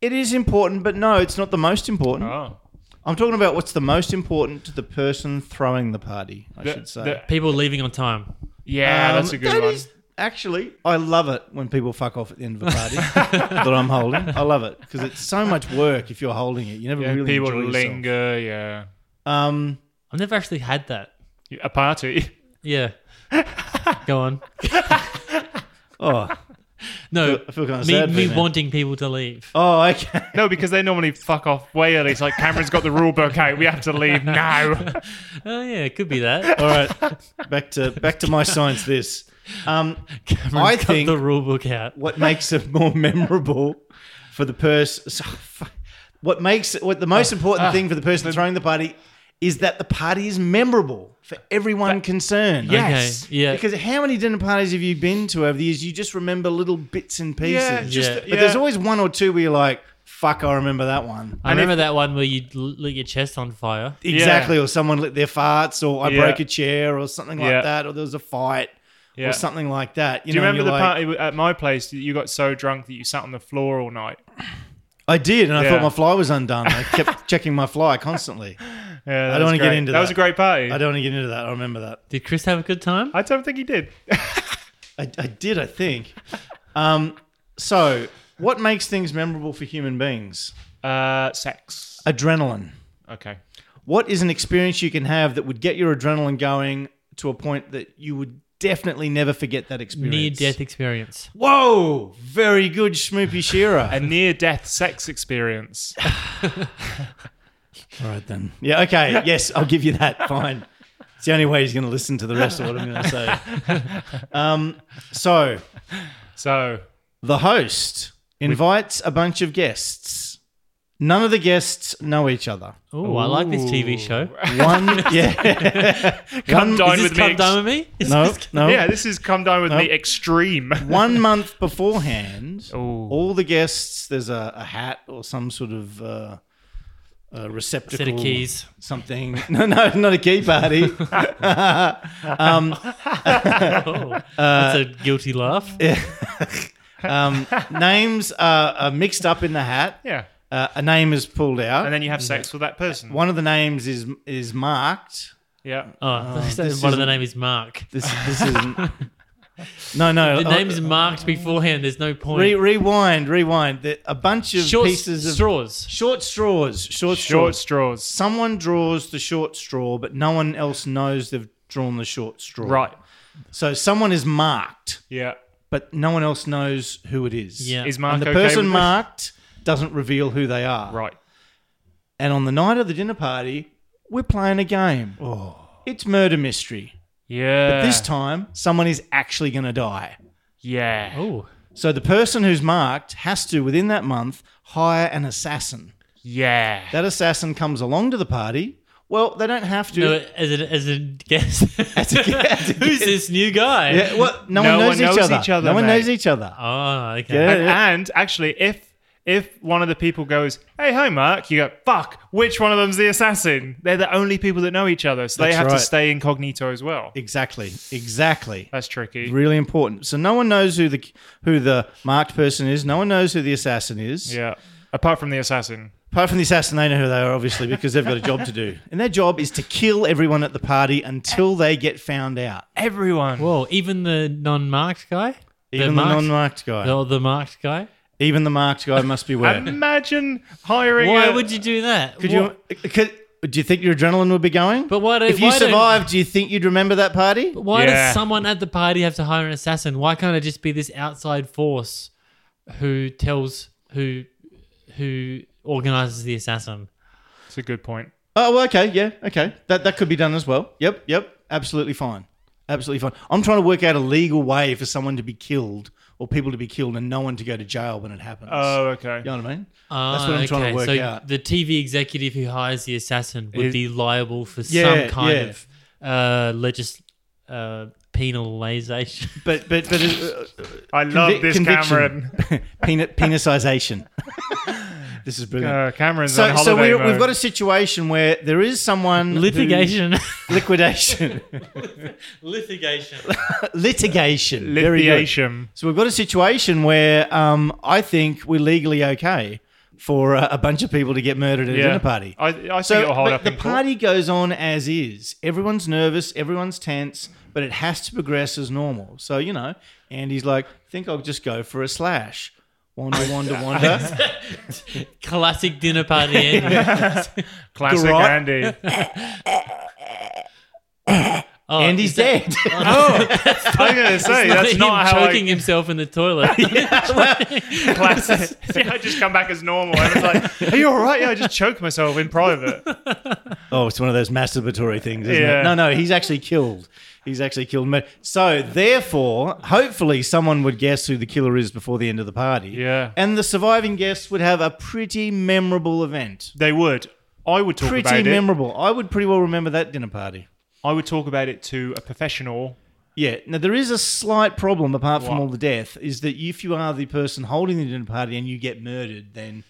D: It is important, but no, it's not the most important.
C: Oh,
D: I'm talking about what's the most important to the person throwing the party, I
C: The-
D: should say.
C: the-
A: People leaving on time.
C: yeah,
D: Um,
C: Ah, that's a good
D: that
C: one.
D: is- actually, I love it when people fuck off at the end of a party that I'm holding. I love it because it's so much work if you're holding it. You never
C: Yeah,
D: really
C: people
D: enjoy yourself.
C: linger. Yeah,
D: Um,
A: I've never actually had that.
C: a party.
A: Yeah. go on.
D: oh,
A: No.
D: I feel kind of
A: Me,
D: sad. for
A: me
D: you now.
A: wanting people to leave.
D: Oh, okay.
C: No, because they normally fuck off way early. It's like Cameron's got the rule book out. We have to leave now.
A: Oh yeah, it could be that.
D: All right, back to back to my science. This, um,
A: Cameron's
D: I
A: got
D: think-
A: the rule book out.
D: what makes it more memorable for the person? what makes what the most important
C: Ah,
D: thing for the person throwing the party is that the party is memorable for everyone concerned.
C: Yes.
A: Okay. Yeah.
D: Because how many dinner parties have you been to over the years? You just remember little bits and pieces.
C: yeah, just uh,
A: Yeah.
C: yeah.
D: But there's always one or two where you're like, "Fuck, I remember that one."
A: I remember that one where you lit your chest on fire.
D: Exactly, or someone lit their farts, or I
C: Yeah.
D: broke a chair, or something like
C: Yeah.
D: that, or there was a fight,
C: Yeah.
D: or something like that. You
C: Do you
D: know,
C: remember
D: you're
C: the party
D: like,
C: at my place that you got so drunk that you sat on the floor all night?
D: I did, and I
C: Yeah.
D: thought my fly was undone. I kept checking my fly constantly.
C: Yeah, that
D: don't
C: was
D: wanna get
C: great.
D: into
C: That was a
D: that.
C: great party.
D: I don't want to get into that. I remember that.
A: Did Chris have a good time?
C: I don't think he did.
D: I, I did, I think. Um, so, what makes things memorable for human beings?
C: Uh, sex.
D: Adrenaline.
C: Okay.
D: What is an experience you can have that would get your adrenaline going to a point that you would definitely never forget that experience?
A: Near death experience.
D: Whoa! Very good, Schmoopy Shearer.
C: A near-death sex experience.
D: All right then. Yeah. Okay. Yes, I'll give you that. Fine. It's the only way he's going to listen to the rest of what I'm going to say. Um, so
C: So
D: the host invites a bunch of guests. None of the guests know each other.
A: Oh, I like this TV show.
D: One, yeah.
C: come
D: One-
C: dine
A: Is this
C: with
A: come
C: me.
A: down with me? Is
D: No,
A: this-
D: no.
C: Yeah, this is come dine with me extreme.
D: One month beforehand,
C: Ooh.
D: all the guests. There's a, a hat or some sort of uh, uh receptacle.
A: Set of keys.
D: Something. No, no, not a key party.
A: Oh,
D: Uh,
A: that's a guilty laugh.
D: Um, names are, are mixed up in the hat.
C: Yeah.
D: Uh, a name is pulled out.
C: And then you have sex with that person.
D: one of the names is is marked.
C: Yeah.
A: Oh,
D: this
A: one of the
D: isn't-
A: name is Mark.
D: This this isn't. no, no.
A: The
D: uh,
A: name is marked beforehand. There's no point.
D: Re- rewind, rewind. The, a bunch of
A: Short
D: pieces of
A: straws.
D: short straws. Short,
C: Short
D: straws.
C: straws.
D: Someone draws the short straw, but no one else knows they've drawn the short straw.
C: Right.
D: So someone is marked,
C: Yeah.
D: but no one else knows who it is.
A: Yeah.
C: Is Mark
D: And the
C: okay
D: person
C: with
D: marked doesn't reveal who they are.
C: this? Right.
D: And on the night of the dinner party, we're playing a game. Oh. It's murder mystery.
C: Yeah.
D: This time, someone is actually going to die.
C: Yeah.
A: Oh,
D: So the person who's marked has to, within that month, hire an assassin.
C: Yeah.
D: That assassin comes along to the party. Well, they don't have to.
A: no, as a, as a guess.
D: As a guess.
A: Who's this new guy?
D: Yeah, well, no, one knows, each, other. No one
C: mate.
D: knows each other.
A: Oh, okay.
D: Yeah.
C: And, and actually, if if one of the people goes, "Hey, hi, Mark," you go, "Fuck! Which one of them's the assassin?" They're the only people that know each other, so they
D: That's
C: have to
D: right.
C: stay incognito as well.
D: Exactly. Exactly.
C: That's tricky.
D: Really important. So no one knows who the who the marked person is. No one knows who the assassin is.
C: Yeah. Apart from the assassin.
D: Apart from the assassin, they know who they are, obviously, because they've got a job to do. And their job is to kill everyone at the party until they get found out.
C: Everyone.
A: Whoa, even the non-marked guy.
D: Even the
A: marked-
D: non marked guy.
A: Oh, the marked guy.
D: Even the marked guy must beware.
C: Imagine hiring.
A: Why
C: a-
A: would you do that?
D: uh, Could
A: Wha-
D: you? Could, do you think your adrenaline would be going?
A: But why don't-
D: if you
A: why don't-
D: survived, do you think you'd remember that party?
A: Why
C: Yeah.
A: does someone at the party have to hire an assassin? Why can't it just be this outside force who tells who who organizes the assassin?
C: That's a good point.
D: Oh, well, okay, yeah, okay. That that could be done as well. Yep, yep, absolutely fine, absolutely fine. I'm trying to work out a legal way for someone to be killed or people to be killed and no one to go to jail when it happens.
C: Oh, okay.
D: you know what I mean?
A: Ah,
D: That's what I'm trying to work
A: so
D: out.
A: The TV executive who hires the assassin would
D: Is-
A: be liable for
D: Yeah,
A: some kind
D: yeah.
A: of uh, legis uh, penalization.
D: But but but uh,
C: I love this, Cameron.
D: Penis, penisization. this is brilliant.
C: Uh, Cameron's on
D: so so
C: holiday
D: we,
C: mode.
D: we've got a situation where there is someone who-
A: litigation.
D: liquidation,
A: litigation.
D: litigation, Very good.
C: litigation.
D: So we've got a situation where um, I think we're legally okay for uh, a bunch of people to get murdered at a dinner party.
C: I, I think
D: so
C: it'll hold
D: but
C: up.
D: the
C: in court.
D: party goes on as is. Everyone's nervous, everyone's tense, but it has to progress as normal. So you know, Andy's like, I think I'll just go for a slash. Wander, wander, wander.
A: Classic dinner party. ending.
C: Classic
D: Garage-
C: Andy.
A: Oh,
D: Andy's
A: is that-
D: dead.
C: Oh. I was going to say, that's
A: him
C: not how
A: choking
C: I,
A: himself in the toilet.
C: classic. See, I just come back as normal. I was like, are you all right? Yeah, I just choked myself in private.
D: Oh, it's one of those masturbatory things, isn't
C: Yeah.
D: it? No, no, he's actually killed. He's actually killed. Ma- So, therefore, hopefully, someone would guess who the killer is before the end of the party.
C: Yeah.
D: And the surviving guests would have a pretty memorable event.
C: They would. I would talk about
D: Pretty
C: it.
D: memorable. I would pretty well remember that dinner party.
C: I would talk about it to a professional.
D: Yeah. Now, there is a slight problem, apart from
C: What?
D: all the death, is that if you are the person holding the dinner party and you get murdered, then.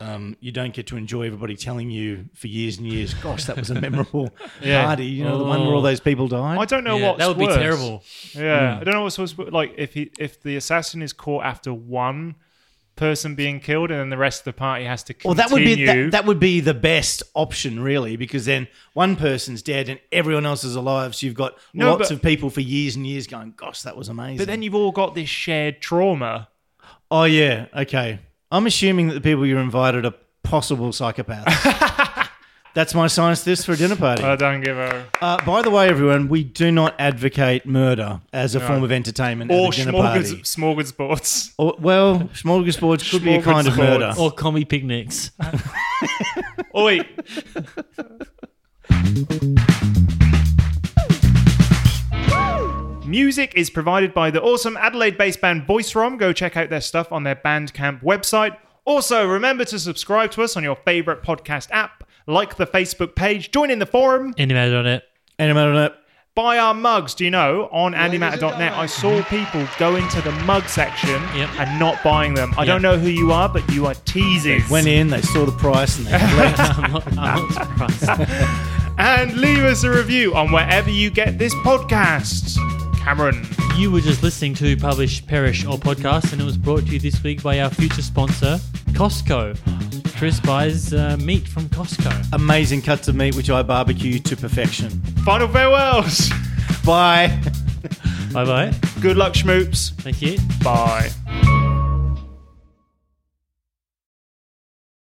D: Um, you don't get to enjoy everybody telling you for years and years, gosh, that was a memorable
C: Yeah. Oh.
D: party. You know, the one where all those people died.
C: I don't know
A: Yeah,
C: what's
A: that would
C: worse.
A: be terrible. Hmm.
C: Yeah, I don't know what's what's like if he if the assassin is caught after one person being killed and then the rest of the party has to
D: Well,
C: continue.
D: that would be that, that would be the best option, really, because then one person's dead and everyone else is alive. So you've got
C: No,
D: lots
C: but-
D: of people for years and years going, "Gosh, that was amazing."
C: but then you've all got this shared trauma.
D: oh yeah, okay. I'm assuming that the people you're invited are possible psychopaths. That's my science this for a dinner party.
C: I don't give a
D: Uh, by the way, everyone, we do not advocate murder as a form of entertainment
C: or
D: at a dinner
C: smorgas-
D: party.
C: smorgasbords.
D: Or, well, smorgasbords could be a kind of
C: Smorgasbords.
D: murder.
A: Or commie picnics.
C: Oh wait, Music is provided by the awesome Adelaide based band Voice Rom. Go check out their stuff on their Bandcamp website. Also, remember to subscribe to us on your favorite podcast app, like the Facebook page, join in the forum,
A: Animated on it.
D: Anyway,
C: buy our mugs. Do you know? On andymatter.net, I saw people going to the mug section
A: Yep.
C: and not buying them. I don't know who you are, but you are teasers.
D: went in, they saw the price, and they
A: I'm not, I'm not surprised.
C: and leave us a review on wherever you get this podcast. Cameron.
A: You were just listening to Publish, Perish, or Podcast, and it was brought to you this week by our future sponsor, Costco. Chris buys uh, meat from Costco.
D: amazing cuts of meat which I barbecue to perfection.
C: Final farewells.
D: Bye.
A: Bye bye.
C: Good luck, schmoops.
A: Thank you.
C: Bye.